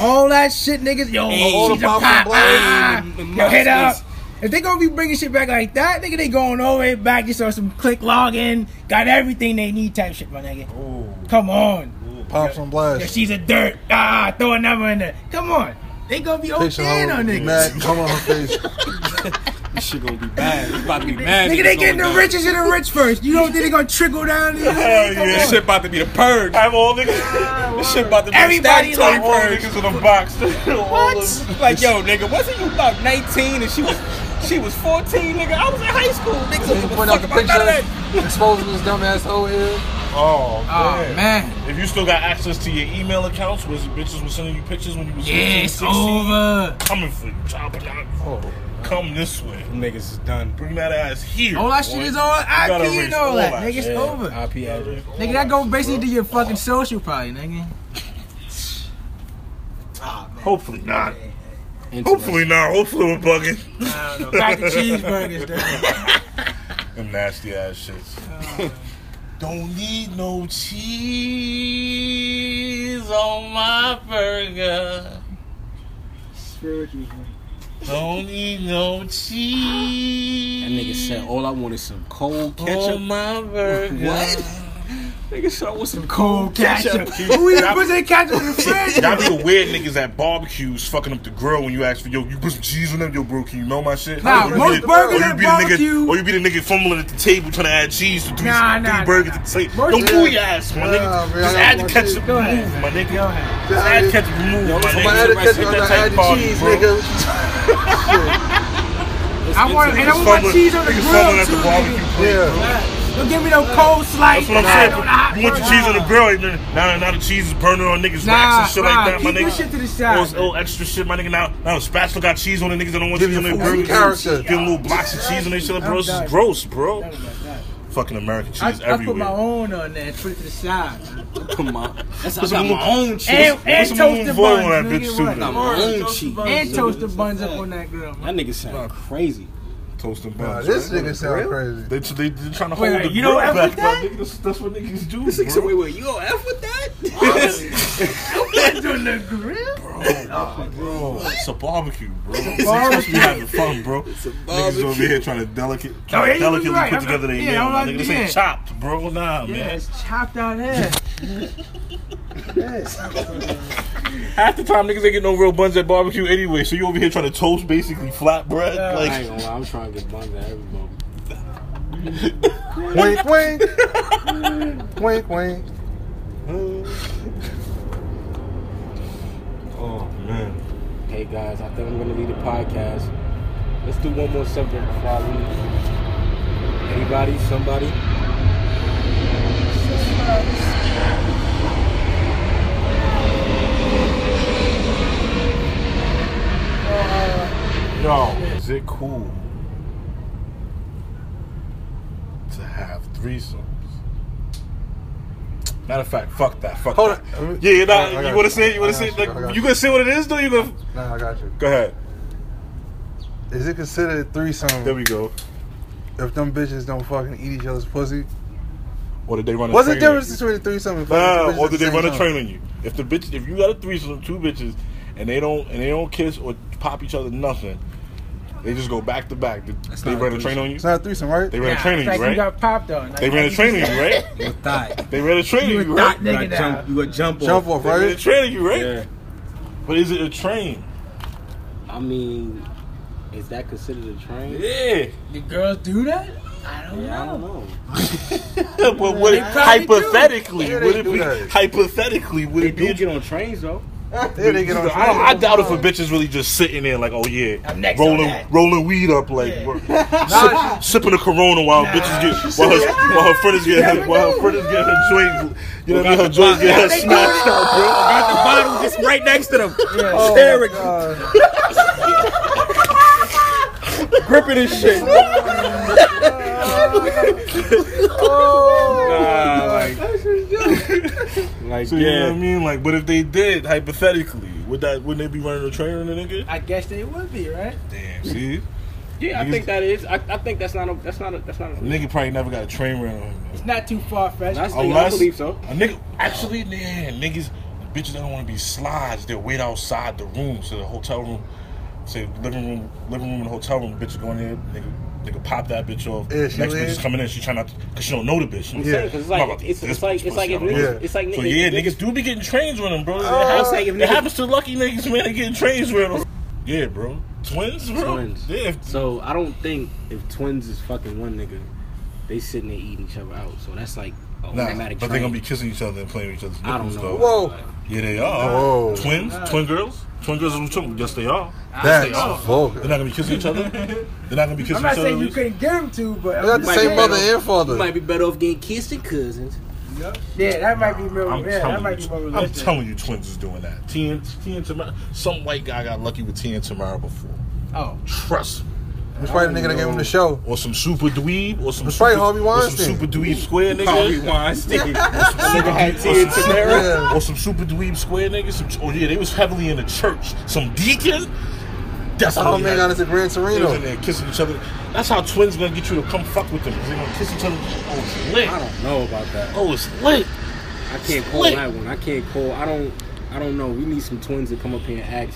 [SPEAKER 5] all that shit, niggas. Yo,
[SPEAKER 2] All
[SPEAKER 5] she's
[SPEAKER 2] the
[SPEAKER 5] a
[SPEAKER 2] pop
[SPEAKER 5] pop.
[SPEAKER 2] and blame
[SPEAKER 5] Ah,
[SPEAKER 2] and
[SPEAKER 5] yo, hit up.
[SPEAKER 2] MySpace.
[SPEAKER 5] If they gonna be bringing shit back like that, nigga, they going all the way back. Just on some click login, got everything they need type shit, my nigga. Come on.
[SPEAKER 4] Oh, Pops on
[SPEAKER 5] Yo,
[SPEAKER 4] blast.
[SPEAKER 5] she's a dirt. Ah, throw a number in there. Come on. They gonna be
[SPEAKER 4] Picture
[SPEAKER 5] okay
[SPEAKER 4] her
[SPEAKER 5] on niggas.
[SPEAKER 4] mad, come on [LAUGHS] her face.
[SPEAKER 2] This shit gonna be bad. It's about to be mad.
[SPEAKER 5] Nigga, they getting the richest of the rich first. You don't think they gonna trickle down?
[SPEAKER 2] [LAUGHS]
[SPEAKER 5] these-
[SPEAKER 1] Hell yeah.
[SPEAKER 2] This shit about to be the purge.
[SPEAKER 1] I have all
[SPEAKER 2] [LAUGHS]
[SPEAKER 1] niggas. This shit about to be
[SPEAKER 5] Everybody
[SPEAKER 1] a stack
[SPEAKER 5] like
[SPEAKER 1] of all
[SPEAKER 5] purge.
[SPEAKER 1] niggas in a box. [LAUGHS] All of-
[SPEAKER 2] What? Like, yo, nigga, wasn't you about 19 and she was she was 14, nigga? I was in high school. Niggas
[SPEAKER 4] He
[SPEAKER 2] don't give a
[SPEAKER 4] put out the
[SPEAKER 2] fuck about none of that.
[SPEAKER 4] pictures, exposing this dumbass hoe here.
[SPEAKER 1] Oh,
[SPEAKER 5] Oh
[SPEAKER 1] man.
[SPEAKER 5] man.
[SPEAKER 1] If you still got access to your email accounts, where bitches was sending you pictures when you was 15,
[SPEAKER 5] It's
[SPEAKER 1] 16,
[SPEAKER 5] over.
[SPEAKER 1] coming for you, child pornography.
[SPEAKER 4] Oh,
[SPEAKER 1] Come this way.
[SPEAKER 2] Niggas is done.
[SPEAKER 1] Bring that ass here.
[SPEAKER 5] All that shit
[SPEAKER 1] boy.
[SPEAKER 5] is on
[SPEAKER 1] gotta
[SPEAKER 5] IP
[SPEAKER 1] erase
[SPEAKER 5] and all
[SPEAKER 1] all
[SPEAKER 5] that.
[SPEAKER 1] that
[SPEAKER 5] Nigga, it's
[SPEAKER 1] shit.
[SPEAKER 5] over.
[SPEAKER 2] IP address.
[SPEAKER 5] Nigga, that go basically to your fucking social, probably, nigga.
[SPEAKER 1] Hopefully not. Hopefully not. Hopefully we're bugging. [LAUGHS]
[SPEAKER 5] I don't know. Back to cheeseburgers, though.
[SPEAKER 1] Them nasty ass shits. [LAUGHS] Don't need no cheese on my burger. Don't need no cheese.
[SPEAKER 2] That nigga said, all I want is some cold
[SPEAKER 5] Oh,
[SPEAKER 2] ketchup.
[SPEAKER 1] on my burger.
[SPEAKER 2] What? [LAUGHS] Nigga said, I want some
[SPEAKER 5] Cold
[SPEAKER 2] cold
[SPEAKER 5] ketchup.
[SPEAKER 2] ketchup.
[SPEAKER 5] Who even puts that ketchup in the fridge?
[SPEAKER 1] Y'all be the weird niggas at barbecues fucking up the grill when you ask for yo, you put some cheese on them, yo, bro, can you melt my shit?
[SPEAKER 5] Nah,
[SPEAKER 1] Or you
[SPEAKER 5] most
[SPEAKER 1] be the-
[SPEAKER 5] burgers
[SPEAKER 1] or you
[SPEAKER 5] at
[SPEAKER 1] be the nigga-
[SPEAKER 5] barbecue-
[SPEAKER 1] Or you be the nigga fumbling at the table trying to add cheese to three,
[SPEAKER 5] Nah,
[SPEAKER 1] three
[SPEAKER 5] nah, nah,
[SPEAKER 1] burgers
[SPEAKER 5] nah.
[SPEAKER 1] at the same
[SPEAKER 5] Most-
[SPEAKER 1] Don't move your ass, my
[SPEAKER 4] Nah,
[SPEAKER 1] nigga.
[SPEAKER 4] man,
[SPEAKER 1] Just
[SPEAKER 4] I
[SPEAKER 1] add
[SPEAKER 4] got
[SPEAKER 1] the
[SPEAKER 4] my
[SPEAKER 1] ketchup,
[SPEAKER 5] Go ahead,
[SPEAKER 1] move, my nigga.
[SPEAKER 5] Go ahead.
[SPEAKER 1] Just add ketchup, move, my
[SPEAKER 4] I'm gonna add a
[SPEAKER 1] nigga.
[SPEAKER 4] ketchup, I'm gonna add
[SPEAKER 1] Type party,
[SPEAKER 4] cheese,
[SPEAKER 1] bro.
[SPEAKER 4] nigga.
[SPEAKER 5] I want, and I
[SPEAKER 1] Niggas
[SPEAKER 5] want my
[SPEAKER 1] fumbling-
[SPEAKER 5] cheese on the
[SPEAKER 1] niggas
[SPEAKER 5] grill,
[SPEAKER 1] fumbling at
[SPEAKER 5] too.
[SPEAKER 1] the barbecue
[SPEAKER 5] nigga.
[SPEAKER 1] place, bro.
[SPEAKER 4] Yeah,
[SPEAKER 5] Don't give me no cold slice.
[SPEAKER 1] That's what I'm saying. You want the cheese on the grill, and then now, now the cheese is burning on niggas'
[SPEAKER 5] Nah,
[SPEAKER 1] racks and shit
[SPEAKER 5] nah,
[SPEAKER 1] like that, my
[SPEAKER 5] keep your
[SPEAKER 1] nigga.
[SPEAKER 5] shit to the side.
[SPEAKER 1] All this little extra shit, my nigga. Now, now the spatula got cheese on the niggas that don't want
[SPEAKER 4] Give
[SPEAKER 1] cheese on
[SPEAKER 4] your
[SPEAKER 1] their
[SPEAKER 4] food
[SPEAKER 1] burgers.
[SPEAKER 4] character.
[SPEAKER 1] Give them little blocks of cheese on their shit, bro. This
[SPEAKER 5] done.
[SPEAKER 1] is gross, bro. Fucking American
[SPEAKER 5] I,
[SPEAKER 1] cheese
[SPEAKER 5] I put my
[SPEAKER 1] everywhere.
[SPEAKER 5] own on there and put it to the side.
[SPEAKER 2] Come on. That's
[SPEAKER 1] Put some
[SPEAKER 2] my
[SPEAKER 1] little-
[SPEAKER 2] own
[SPEAKER 1] put
[SPEAKER 2] cheese.
[SPEAKER 5] And,
[SPEAKER 1] some-
[SPEAKER 5] and
[SPEAKER 1] put some
[SPEAKER 5] toasted
[SPEAKER 1] little
[SPEAKER 5] buns.
[SPEAKER 1] oil on that
[SPEAKER 5] nigga,
[SPEAKER 1] bitch
[SPEAKER 5] what?
[SPEAKER 1] too.
[SPEAKER 2] Got
[SPEAKER 1] though.
[SPEAKER 2] my own cheese.
[SPEAKER 5] And toasted buns up on that grill.
[SPEAKER 2] That nigga sound crazy.
[SPEAKER 1] Toast and
[SPEAKER 4] Nah,
[SPEAKER 1] buns.
[SPEAKER 4] this
[SPEAKER 1] right?
[SPEAKER 4] nigga sound crazy.
[SPEAKER 1] They, they, they're trying to
[SPEAKER 5] Wait,
[SPEAKER 1] hold the
[SPEAKER 5] you don't
[SPEAKER 1] grill
[SPEAKER 5] F with
[SPEAKER 1] back, bro.
[SPEAKER 5] that?
[SPEAKER 1] Nigga, that's, that's what niggas do,
[SPEAKER 2] Nigga said,
[SPEAKER 1] bro.
[SPEAKER 2] wait, wait, you gonna F with that?
[SPEAKER 5] [LAUGHS] on the grill?
[SPEAKER 1] Bro, it's a barbecue, bro. It's supposed to be having fun, bro. Niggas over here trying to delicate,
[SPEAKER 5] Oh, yeah, you
[SPEAKER 1] delicately
[SPEAKER 5] right.
[SPEAKER 1] put
[SPEAKER 5] I'm-
[SPEAKER 1] together their
[SPEAKER 5] yeah,
[SPEAKER 1] meal.
[SPEAKER 5] I'm
[SPEAKER 1] my
[SPEAKER 5] like,
[SPEAKER 1] nigga, this
[SPEAKER 5] yeah.
[SPEAKER 1] ain't chopped, bro. Nah,
[SPEAKER 5] Yeah,
[SPEAKER 1] man.
[SPEAKER 5] it's chopped out here.
[SPEAKER 1] Half the time, niggas ain't get no real buns at barbecue anyway. So you over here trying to toast basically flat bread,
[SPEAKER 5] Yeah.
[SPEAKER 2] I ain't
[SPEAKER 1] like
[SPEAKER 2] gonna lie, I'm trying to get buns at every moment.
[SPEAKER 4] [LAUGHS] Wink, wink. wink, wink. [LAUGHS]
[SPEAKER 1] oh man.
[SPEAKER 2] Hey guys, I think I'm gonna leave the podcast. Let's do one more subject before I leave. Anybody, somebody?
[SPEAKER 1] Yo, is it cool to have threesomes? Matter of fact, fuck that. Fuck
[SPEAKER 4] Hold
[SPEAKER 1] that.
[SPEAKER 4] on.
[SPEAKER 1] Yeah,
[SPEAKER 4] I- I
[SPEAKER 1] nah,
[SPEAKER 4] got
[SPEAKER 1] you want
[SPEAKER 4] you.
[SPEAKER 1] to say it? You want to
[SPEAKER 4] I
[SPEAKER 1] say it?
[SPEAKER 4] got you. I got
[SPEAKER 1] Like,
[SPEAKER 4] you.
[SPEAKER 1] you gonna say what it is? Though you gonna
[SPEAKER 4] Nah, I got you.
[SPEAKER 1] go ahead.
[SPEAKER 4] Is it considered
[SPEAKER 1] There
[SPEAKER 4] threesome
[SPEAKER 1] we go.
[SPEAKER 4] if them bitches don't fucking eat each other's pussy?
[SPEAKER 1] Or did they run? A
[SPEAKER 4] What's the
[SPEAKER 1] train on
[SPEAKER 4] difference
[SPEAKER 1] you?
[SPEAKER 4] between a threesome and fucking two
[SPEAKER 1] Nah,
[SPEAKER 4] bitches
[SPEAKER 1] or
[SPEAKER 4] at the
[SPEAKER 1] did they run
[SPEAKER 4] same
[SPEAKER 1] a
[SPEAKER 4] time?
[SPEAKER 1] train on you? If the bitch, if you got a threesome, two bitches, and they don't and they don't kiss or pop each other, nothing. They just go back to back. Did, they
[SPEAKER 6] not a
[SPEAKER 1] ran a train on you.
[SPEAKER 4] It's not a threesome, right?
[SPEAKER 1] They ran a train on
[SPEAKER 5] it's like
[SPEAKER 1] you, right?
[SPEAKER 5] you got popped on. Like,
[SPEAKER 1] they ran a train on you, right? [LAUGHS]
[SPEAKER 6] With thigh.
[SPEAKER 1] They ran a train
[SPEAKER 5] You
[SPEAKER 1] on you,
[SPEAKER 5] a
[SPEAKER 1] right?
[SPEAKER 5] thot
[SPEAKER 2] You got
[SPEAKER 5] nigga now.
[SPEAKER 2] jump, you got jump
[SPEAKER 4] Jump
[SPEAKER 2] off.
[SPEAKER 4] off,
[SPEAKER 1] They ran a [LAUGHS]
[SPEAKER 4] right?
[SPEAKER 1] train on you, right?
[SPEAKER 2] Yeah.
[SPEAKER 1] But is it a train?
[SPEAKER 2] I mean, is that considered a train?
[SPEAKER 1] Yeah.
[SPEAKER 5] The girls do that? I don't
[SPEAKER 2] Yeah, I don't
[SPEAKER 5] know.
[SPEAKER 2] know.
[SPEAKER 1] [LAUGHS] but would it
[SPEAKER 5] probably do.
[SPEAKER 1] hypothetically
[SPEAKER 4] Yeah, they
[SPEAKER 1] would it
[SPEAKER 4] do
[SPEAKER 1] be
[SPEAKER 4] that.
[SPEAKER 1] hypothetically would
[SPEAKER 2] They
[SPEAKER 1] it be?
[SPEAKER 2] do get on trains though.
[SPEAKER 4] Yeah, they get on.
[SPEAKER 1] I, don't, I doubt if a bitch is really just sitting there like, oh yeah,
[SPEAKER 5] I'm next on
[SPEAKER 1] rolling
[SPEAKER 5] that.
[SPEAKER 1] rolling weed up like,
[SPEAKER 5] Yeah. [LAUGHS]
[SPEAKER 1] we're- sip- sipping a Corona while bitches get while her, while her friend is getting her, while her friend is getting her joint, you know, what I mean? her joint getting her smashed out, bro.
[SPEAKER 2] Got the bottle just right next to them,
[SPEAKER 4] Oh,
[SPEAKER 2] staring,
[SPEAKER 4] God.
[SPEAKER 2] gripping and [LAUGHS] shit. Nah, [LAUGHS] like, like
[SPEAKER 1] So you know what I mean? Like, but if they did hypothetically, would that wouldn't they be running a train on the nigga?
[SPEAKER 5] I guess they would be, right?
[SPEAKER 1] Damn, see,
[SPEAKER 2] yeah, I think that is. I, I think that's not a. That's not a. That's not a.
[SPEAKER 1] nigga probably never got a train ran on him.
[SPEAKER 5] It's not too far fetched.
[SPEAKER 2] That's-
[SPEAKER 1] Unless
[SPEAKER 2] I believe so.
[SPEAKER 1] a nigga actually, yeah, niggas bitches that don't want to be slides, they'll wait outside the room. So the hotel room, say living room, living room and hotel room, bitch is going there, nigga, nigga pop that bitch off.
[SPEAKER 4] Yeah, she
[SPEAKER 1] Next
[SPEAKER 4] live.
[SPEAKER 1] bitch is coming in, she trying not to, cause she don't know the bitch.
[SPEAKER 4] Yeah.
[SPEAKER 2] saying, 'cause
[SPEAKER 1] I'm
[SPEAKER 2] it's like-
[SPEAKER 1] about to
[SPEAKER 2] it's-
[SPEAKER 1] eat
[SPEAKER 2] it's
[SPEAKER 1] this
[SPEAKER 2] like-
[SPEAKER 1] bitch
[SPEAKER 2] it's like if
[SPEAKER 1] pussy, I don't
[SPEAKER 2] niggas-
[SPEAKER 1] know.
[SPEAKER 2] it's like
[SPEAKER 1] so
[SPEAKER 2] niggas-
[SPEAKER 1] yeah,
[SPEAKER 2] niggas-
[SPEAKER 1] niggas do be getting trains with them, bro.
[SPEAKER 4] Oh.
[SPEAKER 2] I was like, if
[SPEAKER 1] it
[SPEAKER 2] niggas-
[SPEAKER 1] happens to lucky niggas, man. They getting trains with them. Yeah, bro. Twins, bro.
[SPEAKER 2] Twins.
[SPEAKER 1] Yeah, if
[SPEAKER 2] So I don't think if twins is fucking one nigga, they sitting there eating each other out. So that's like a
[SPEAKER 1] Nah,
[SPEAKER 2] automatic.
[SPEAKER 1] but they're
[SPEAKER 2] train.
[SPEAKER 1] gonna be kissing each other and playing with each other's
[SPEAKER 2] I don't
[SPEAKER 1] nipples,
[SPEAKER 2] know.
[SPEAKER 1] though.
[SPEAKER 4] Whoa.
[SPEAKER 1] Yeah, they are.
[SPEAKER 4] Whoa.
[SPEAKER 1] Twins, twin girls, twin girls. Are twin. Yes, they are.
[SPEAKER 4] That's
[SPEAKER 1] are. They're
[SPEAKER 4] vulgar.
[SPEAKER 1] not gonna be kissing each other.
[SPEAKER 5] [LAUGHS]
[SPEAKER 1] They're not gonna be kissing
[SPEAKER 5] I'm
[SPEAKER 1] each
[SPEAKER 5] not
[SPEAKER 1] other.
[SPEAKER 5] saying you
[SPEAKER 1] Reese?
[SPEAKER 5] couldn't get them to, but
[SPEAKER 4] They got the
[SPEAKER 5] Yeah,
[SPEAKER 4] same mother
[SPEAKER 2] better
[SPEAKER 4] and father.
[SPEAKER 2] You might be better off getting kissed than cousins.
[SPEAKER 5] Yeah, that might be more.
[SPEAKER 1] I'm
[SPEAKER 5] yeah, that
[SPEAKER 1] telling
[SPEAKER 5] might be more
[SPEAKER 1] you, I'm
[SPEAKER 5] realistic.
[SPEAKER 1] telling you, twins is doing that. T and T and Tamara. Some white guy got lucky with T and Tamara before.
[SPEAKER 5] Oh,
[SPEAKER 1] Trust me.
[SPEAKER 4] It's probably the nigga that gave him the show.
[SPEAKER 1] Or some super dweeb, or some
[SPEAKER 4] That's
[SPEAKER 1] super,
[SPEAKER 4] right, Harvey
[SPEAKER 1] or some
[SPEAKER 4] Weinstein.
[SPEAKER 1] super dweeb square nigga,
[SPEAKER 2] Weinstein.
[SPEAKER 5] [LAUGHS]
[SPEAKER 1] super
[SPEAKER 2] had
[SPEAKER 1] dweeb-
[SPEAKER 2] T
[SPEAKER 1] or
[SPEAKER 2] and
[SPEAKER 1] some-
[SPEAKER 4] Tamara.
[SPEAKER 1] yeah, or some super dweeb square nigga. Some, oh yeah, they was heavily in the church. Some deacon. That's
[SPEAKER 4] Oh
[SPEAKER 1] how they
[SPEAKER 4] man,
[SPEAKER 1] had
[SPEAKER 4] got us a Gran
[SPEAKER 1] They was in
[SPEAKER 4] Torino.
[SPEAKER 1] there kissing each other. That's how twins gonna get you to come fuck with them. 'cause They gonna kiss each other. Oh, it's lit.
[SPEAKER 2] I don't know about that.
[SPEAKER 1] Oh, it's lit.
[SPEAKER 2] I can't call
[SPEAKER 1] Split.
[SPEAKER 2] that one. I can't call. I don't. I don't know. We need some twins that come up here and act.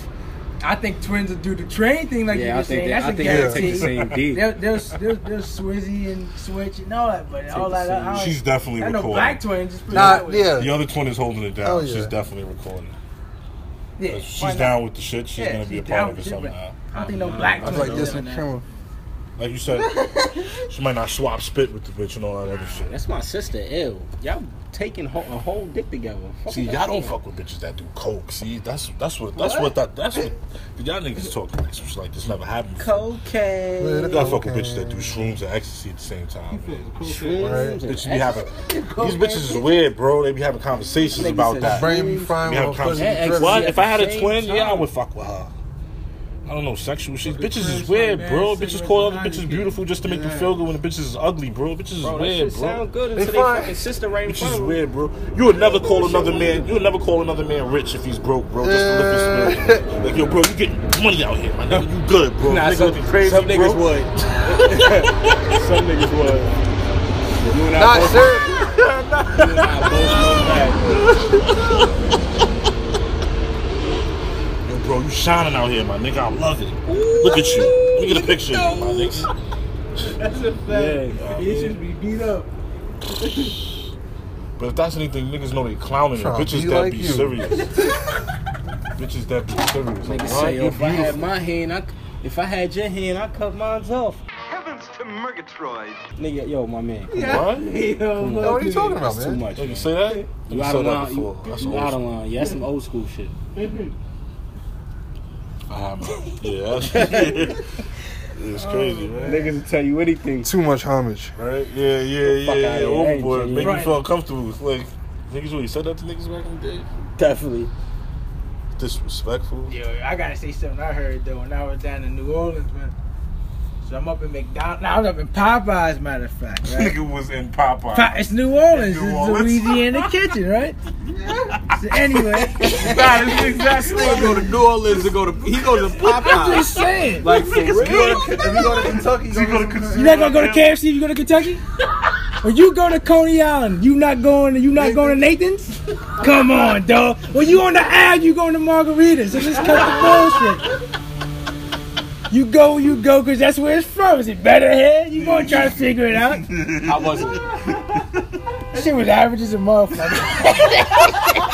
[SPEAKER 5] I think twins will do the train thing like you
[SPEAKER 2] yeah,
[SPEAKER 5] were
[SPEAKER 2] I think.
[SPEAKER 5] saying.
[SPEAKER 2] They,
[SPEAKER 5] That's
[SPEAKER 2] I
[SPEAKER 5] a
[SPEAKER 2] think they
[SPEAKER 5] guarantee.
[SPEAKER 2] take the same
[SPEAKER 5] [LAUGHS]
[SPEAKER 2] D.
[SPEAKER 5] There, there's, there's, there's Swizzy and Switch and all that, but all
[SPEAKER 2] the
[SPEAKER 5] that.
[SPEAKER 2] same.
[SPEAKER 5] I don't-
[SPEAKER 1] She's definitely
[SPEAKER 5] I know
[SPEAKER 1] recording.
[SPEAKER 5] black twins. Is pretty
[SPEAKER 4] Nah,
[SPEAKER 5] good with-
[SPEAKER 4] yeah.
[SPEAKER 1] The other twin is holding it down.
[SPEAKER 4] Hell yeah.
[SPEAKER 1] She's definitely recording.
[SPEAKER 5] yeah. Oh, why
[SPEAKER 1] She's
[SPEAKER 5] not?
[SPEAKER 1] down with the shit. She's
[SPEAKER 5] Yeah,
[SPEAKER 1] gonna be
[SPEAKER 5] she's
[SPEAKER 1] a part
[SPEAKER 5] down
[SPEAKER 1] of it
[SPEAKER 5] with it, but-
[SPEAKER 1] somehow.
[SPEAKER 5] I don't think no black
[SPEAKER 4] I
[SPEAKER 5] twins.
[SPEAKER 4] was like
[SPEAKER 5] are
[SPEAKER 4] this in
[SPEAKER 5] doing
[SPEAKER 4] the
[SPEAKER 5] that.
[SPEAKER 4] camera.
[SPEAKER 1] Like you said,
[SPEAKER 5] [LAUGHS]
[SPEAKER 1] she might not swap spit with the bitch and all that other shit.
[SPEAKER 2] That's my sister. Ew. Y'all taking ho- a whole dick together. Fuck
[SPEAKER 1] See,
[SPEAKER 2] that.
[SPEAKER 1] y'all don't fuck with bitches that do coke. See, that's that's what that's what, that that's what y'all niggas talking like some shit like this never happened. Before.
[SPEAKER 4] Man,
[SPEAKER 2] cocaine.
[SPEAKER 4] that
[SPEAKER 1] Y'all fuck with bitches that do shrooms and ecstasy at the same time. man.
[SPEAKER 2] Shrooms and
[SPEAKER 1] Bitches be having these bitches is weird, bro. They be having conversations
[SPEAKER 2] Nigga
[SPEAKER 1] about
[SPEAKER 2] said
[SPEAKER 1] that.
[SPEAKER 4] Brain be frying.
[SPEAKER 1] We have
[SPEAKER 4] while fucking
[SPEAKER 1] conversations.
[SPEAKER 4] dressing.
[SPEAKER 1] What?
[SPEAKER 2] at
[SPEAKER 1] If
[SPEAKER 2] the
[SPEAKER 1] I had a
[SPEAKER 2] same
[SPEAKER 1] twin, yeah, I
[SPEAKER 2] time.
[SPEAKER 1] would fuck with her. I don't know, sexual shit. Bitches
[SPEAKER 5] friends
[SPEAKER 1] is weird,
[SPEAKER 5] like
[SPEAKER 1] bro.
[SPEAKER 5] that,
[SPEAKER 1] Bitches call
[SPEAKER 5] cigarettes
[SPEAKER 1] other
[SPEAKER 5] and
[SPEAKER 1] bitches
[SPEAKER 5] honey,
[SPEAKER 1] beautiful just to make them feel good when the bitches is ugly, bro. Bitches is
[SPEAKER 2] Bro, that
[SPEAKER 1] weird,
[SPEAKER 2] shit
[SPEAKER 1] bro.
[SPEAKER 2] sound good until they,
[SPEAKER 4] fine.
[SPEAKER 2] fucking sister right in
[SPEAKER 1] Bitches
[SPEAKER 2] front
[SPEAKER 1] is
[SPEAKER 2] of them.
[SPEAKER 1] weird, bro. You would never call another man. You would never call another man rich if he's broke, bro. Just to lift his
[SPEAKER 2] [LAUGHS]
[SPEAKER 1] spirit. Like yo, bro, you getting money out here, my nigga. You good, bro?
[SPEAKER 2] Nah,
[SPEAKER 1] nigga
[SPEAKER 2] some,
[SPEAKER 1] looking crazy,
[SPEAKER 2] some
[SPEAKER 1] bro.
[SPEAKER 2] niggas would. some niggas would. You and I
[SPEAKER 4] Not
[SPEAKER 2] both,
[SPEAKER 4] sure.
[SPEAKER 2] you and I both know that.
[SPEAKER 1] Yo, bro, you shining out here, my nigga. I love it. Look at you. Let me get a picture, of you, my nigga.
[SPEAKER 5] That's a
[SPEAKER 2] Yeah.
[SPEAKER 5] fact. He should be beat up.
[SPEAKER 1] But if that's anything, niggas know they clowning it.
[SPEAKER 4] Tryna
[SPEAKER 1] Bitches
[SPEAKER 4] be
[SPEAKER 1] that
[SPEAKER 4] like
[SPEAKER 1] be
[SPEAKER 4] you.
[SPEAKER 1] serious. Bitches that be serious. Like, "Alright,
[SPEAKER 2] Niggas say, yo,
[SPEAKER 1] you're
[SPEAKER 2] if I had
[SPEAKER 1] beautiful."
[SPEAKER 2] my hand, I, c- if I had your hand, I cut mine off.
[SPEAKER 6] Heavens to Murgatroyd.
[SPEAKER 2] Nigga, yo, my man, come
[SPEAKER 1] What?
[SPEAKER 5] Yo,
[SPEAKER 4] Yo,
[SPEAKER 2] Hmm.
[SPEAKER 4] what are you
[SPEAKER 5] motherfucker.
[SPEAKER 4] talking about,
[SPEAKER 2] on, too
[SPEAKER 4] man?
[SPEAKER 2] much.
[SPEAKER 1] Nigga
[SPEAKER 2] man.
[SPEAKER 1] say that?
[SPEAKER 2] You
[SPEAKER 1] Nigga
[SPEAKER 2] out of
[SPEAKER 1] said that
[SPEAKER 2] line.
[SPEAKER 1] before.
[SPEAKER 2] You,
[SPEAKER 1] That's
[SPEAKER 2] you
[SPEAKER 1] old
[SPEAKER 2] out of
[SPEAKER 1] school.
[SPEAKER 2] line. Yeah, that's some old school shit.
[SPEAKER 1] I have mine. Ah,
[SPEAKER 2] [LAUGHS]
[SPEAKER 1] Yeah. that's- [LAUGHS] It's crazy, man.
[SPEAKER 2] Niggas will tell you anything.
[SPEAKER 4] Too much homage.
[SPEAKER 1] Right? Yeah, yeah, yeah,
[SPEAKER 2] fuck
[SPEAKER 1] yeah.
[SPEAKER 2] outta here.
[SPEAKER 1] Overboard.
[SPEAKER 2] Ain't
[SPEAKER 1] Make
[SPEAKER 5] genuine.
[SPEAKER 1] you feel uncomfortable. It's like, niggas really said that to niggas back in the day.
[SPEAKER 2] Definitely.
[SPEAKER 1] Disrespectful.
[SPEAKER 5] Yo, I gotta say something I heard though when I was down in New Orleans, man. So I'm up in McDonald's. I was up in Popeyes, matter of
[SPEAKER 2] [LAUGHS]
[SPEAKER 5] fact. Right?
[SPEAKER 1] Nigga was in Popeye.
[SPEAKER 5] Pop- it's New Orleans.
[SPEAKER 1] New
[SPEAKER 5] it's
[SPEAKER 1] Orleans.
[SPEAKER 5] Louisiana
[SPEAKER 2] [LAUGHS]
[SPEAKER 5] kitchen, right? so anyway,
[SPEAKER 2] Exactly. go to New Orleans and go to he goes to
[SPEAKER 5] I'm
[SPEAKER 2] Popeye.
[SPEAKER 5] just saying.
[SPEAKER 2] Like for real.
[SPEAKER 4] If you go to Kentucky, you go to Kentucky.
[SPEAKER 5] You not gonna go to KFC if you go to Kentucky? When you go to Coney Island, you not going you not going to Nathan's? Come on, dog. When you on the ad, you going to margaritas. So just cut the bullshit. You go, you go, cause that's where it's from. Is it better here? You gonna try to figure it out?
[SPEAKER 2] I wasn't.
[SPEAKER 5] That shit was average as a motherfucker.
[SPEAKER 1] Them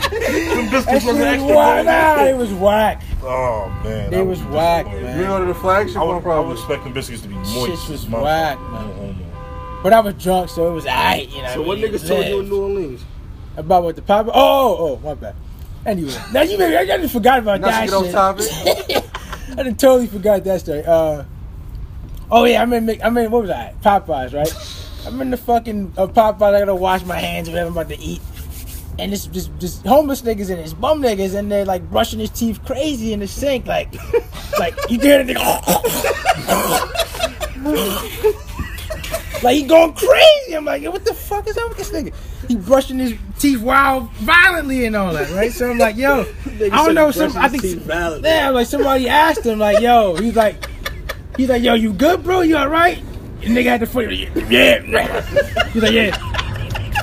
[SPEAKER 5] That
[SPEAKER 1] biscuits
[SPEAKER 5] shit was
[SPEAKER 1] was extra.
[SPEAKER 5] whack. Nah, it
[SPEAKER 1] bro.
[SPEAKER 5] was whack.
[SPEAKER 1] Oh, man.
[SPEAKER 5] They
[SPEAKER 1] I
[SPEAKER 5] was whack,
[SPEAKER 1] disappointed.
[SPEAKER 5] man.
[SPEAKER 4] You go to the flagship
[SPEAKER 1] I
[SPEAKER 4] one
[SPEAKER 1] would, I would
[SPEAKER 4] probably.
[SPEAKER 1] expect the biscuits to be
[SPEAKER 5] Shit
[SPEAKER 1] moist.
[SPEAKER 5] was
[SPEAKER 1] Motherfucker.
[SPEAKER 5] whack, man.
[SPEAKER 1] Mm, mm,
[SPEAKER 5] But I was drunk, so it was alright, you know.
[SPEAKER 2] So what
[SPEAKER 5] I mean,
[SPEAKER 2] niggas told you
[SPEAKER 5] yeah.
[SPEAKER 2] in New Orleans?
[SPEAKER 5] About what the pop? Oh, oh, my bad. Anyway, now you I just forgot about
[SPEAKER 4] Now
[SPEAKER 5] that
[SPEAKER 4] she get on
[SPEAKER 5] shit.
[SPEAKER 4] topic.
[SPEAKER 5] [LAUGHS] I done totally forgot that story. Uh, oh yeah, I'm in. Mc- I'm in. What was I? Popeyes, right? I'm in the fucking uh, Popeyes. I gotta wash my hands or whatever I'm about to eat. And this, this, this homeless niggas and this bum niggas and they're like brushing his teeth crazy in the
[SPEAKER 4] [LAUGHS]
[SPEAKER 5] sink, like, like you can hear the nigga, [LAUGHS] like he going crazy. I'm like, yo, what the fuck is up with this nigga? He brushing his teeth wild, violently and all that, right? So I'm like, yo, I don't know. Some, I think
[SPEAKER 2] valid.
[SPEAKER 5] yeah, like somebody asked him, like, yo, he's like, he's like, yo, you good, bro? You all right? And nigga had the foot. Yeah. He's like, yeah.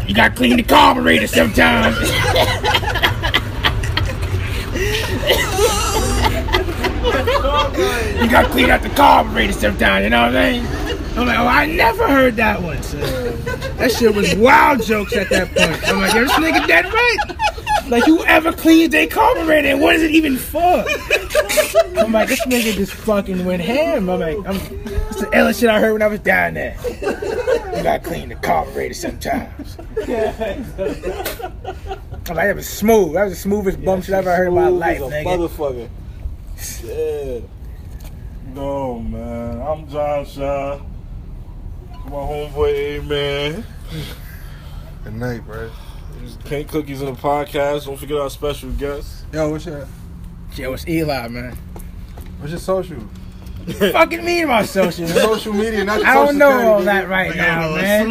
[SPEAKER 5] You gotta clean the carburetor sometimes. I clean out the carburetor sometimes, you know what I mean? I'm like, oh, I never heard that one. So that shit was wild jokes at that point. I'm like, yo, this nigga dead right. Like, you ever cleaned their carburetor? And what is it even for? I'm like, this nigga just fucking went ham. I'm like, I'm, it's the illest shit I heard when I was down there. You gotta clean the carburetor sometimes. I'm like, that was smooth. That was the smoothest bum shit I've ever heard in my
[SPEAKER 2] Smooth as
[SPEAKER 5] life,
[SPEAKER 2] a
[SPEAKER 5] nigga.
[SPEAKER 2] Motherfucker. Yeah.
[SPEAKER 1] No, man. I'm John Shaw. My homeboy, man.
[SPEAKER 4] Good night, bro.
[SPEAKER 1] Paint Cookies in the podcast. Don't forget our special guest.
[SPEAKER 4] Yo, what's your
[SPEAKER 5] Yo, it's Eli, man.
[SPEAKER 4] what's your social?
[SPEAKER 5] fucking mean about social. [LAUGHS] man.
[SPEAKER 4] Social media, not your
[SPEAKER 5] I
[SPEAKER 4] social
[SPEAKER 5] don't know
[SPEAKER 4] security,
[SPEAKER 5] all
[SPEAKER 4] nigga.
[SPEAKER 5] that right now, man.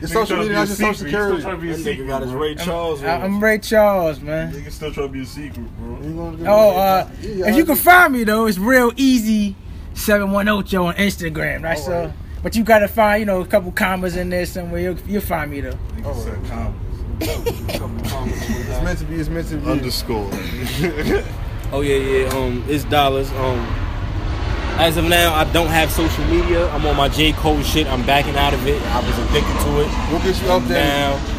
[SPEAKER 4] Your social media, not your social security.
[SPEAKER 2] This nigga got his Ray Charles.
[SPEAKER 5] I- I'm Ray Charles, man.
[SPEAKER 1] Nigga still trying to be a secret, bro.
[SPEAKER 4] You gonna get-
[SPEAKER 5] Oh, uh,
[SPEAKER 4] Yeah,
[SPEAKER 5] if you can find me though, it's real easy. Seven one zero Joe on Instagram, right? So, but you gotta find you know a couple commas in there somewhere. You'll, you'll find me though.
[SPEAKER 1] Nigga said comments.
[SPEAKER 4] It's meant to be. It's meant to be.
[SPEAKER 1] Underscore.
[SPEAKER 2] Oh yeah, yeah. Um, it's dollars. Um, as of now, I don't have social media. I'm on my J Cole shit. I'm backing out of it. I was addicted to it.
[SPEAKER 4] We'll get you up there.
[SPEAKER 2] Now,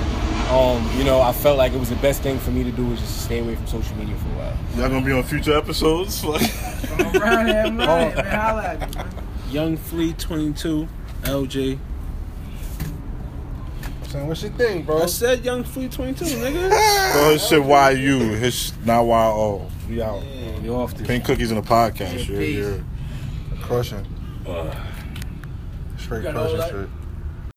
[SPEAKER 2] um, you know, I felt like it was the best thing for me to do was just stay away from social media for a while.
[SPEAKER 1] Y'all gonna be on future episodes? [LAUGHS] Like,
[SPEAKER 4] Oh.
[SPEAKER 7] Young Flea 22, LJ.
[SPEAKER 4] Son, what's your thing, bro?
[SPEAKER 7] I said Young Flea 22,
[SPEAKER 2] [LAUGHS]
[SPEAKER 7] nigga.
[SPEAKER 1] oh, his shit YU. His not YO. We out.
[SPEAKER 7] You off the
[SPEAKER 1] Paint Cookies in the podcast. Yeah, yeah.
[SPEAKER 4] Crushing. Straight crushing, straight.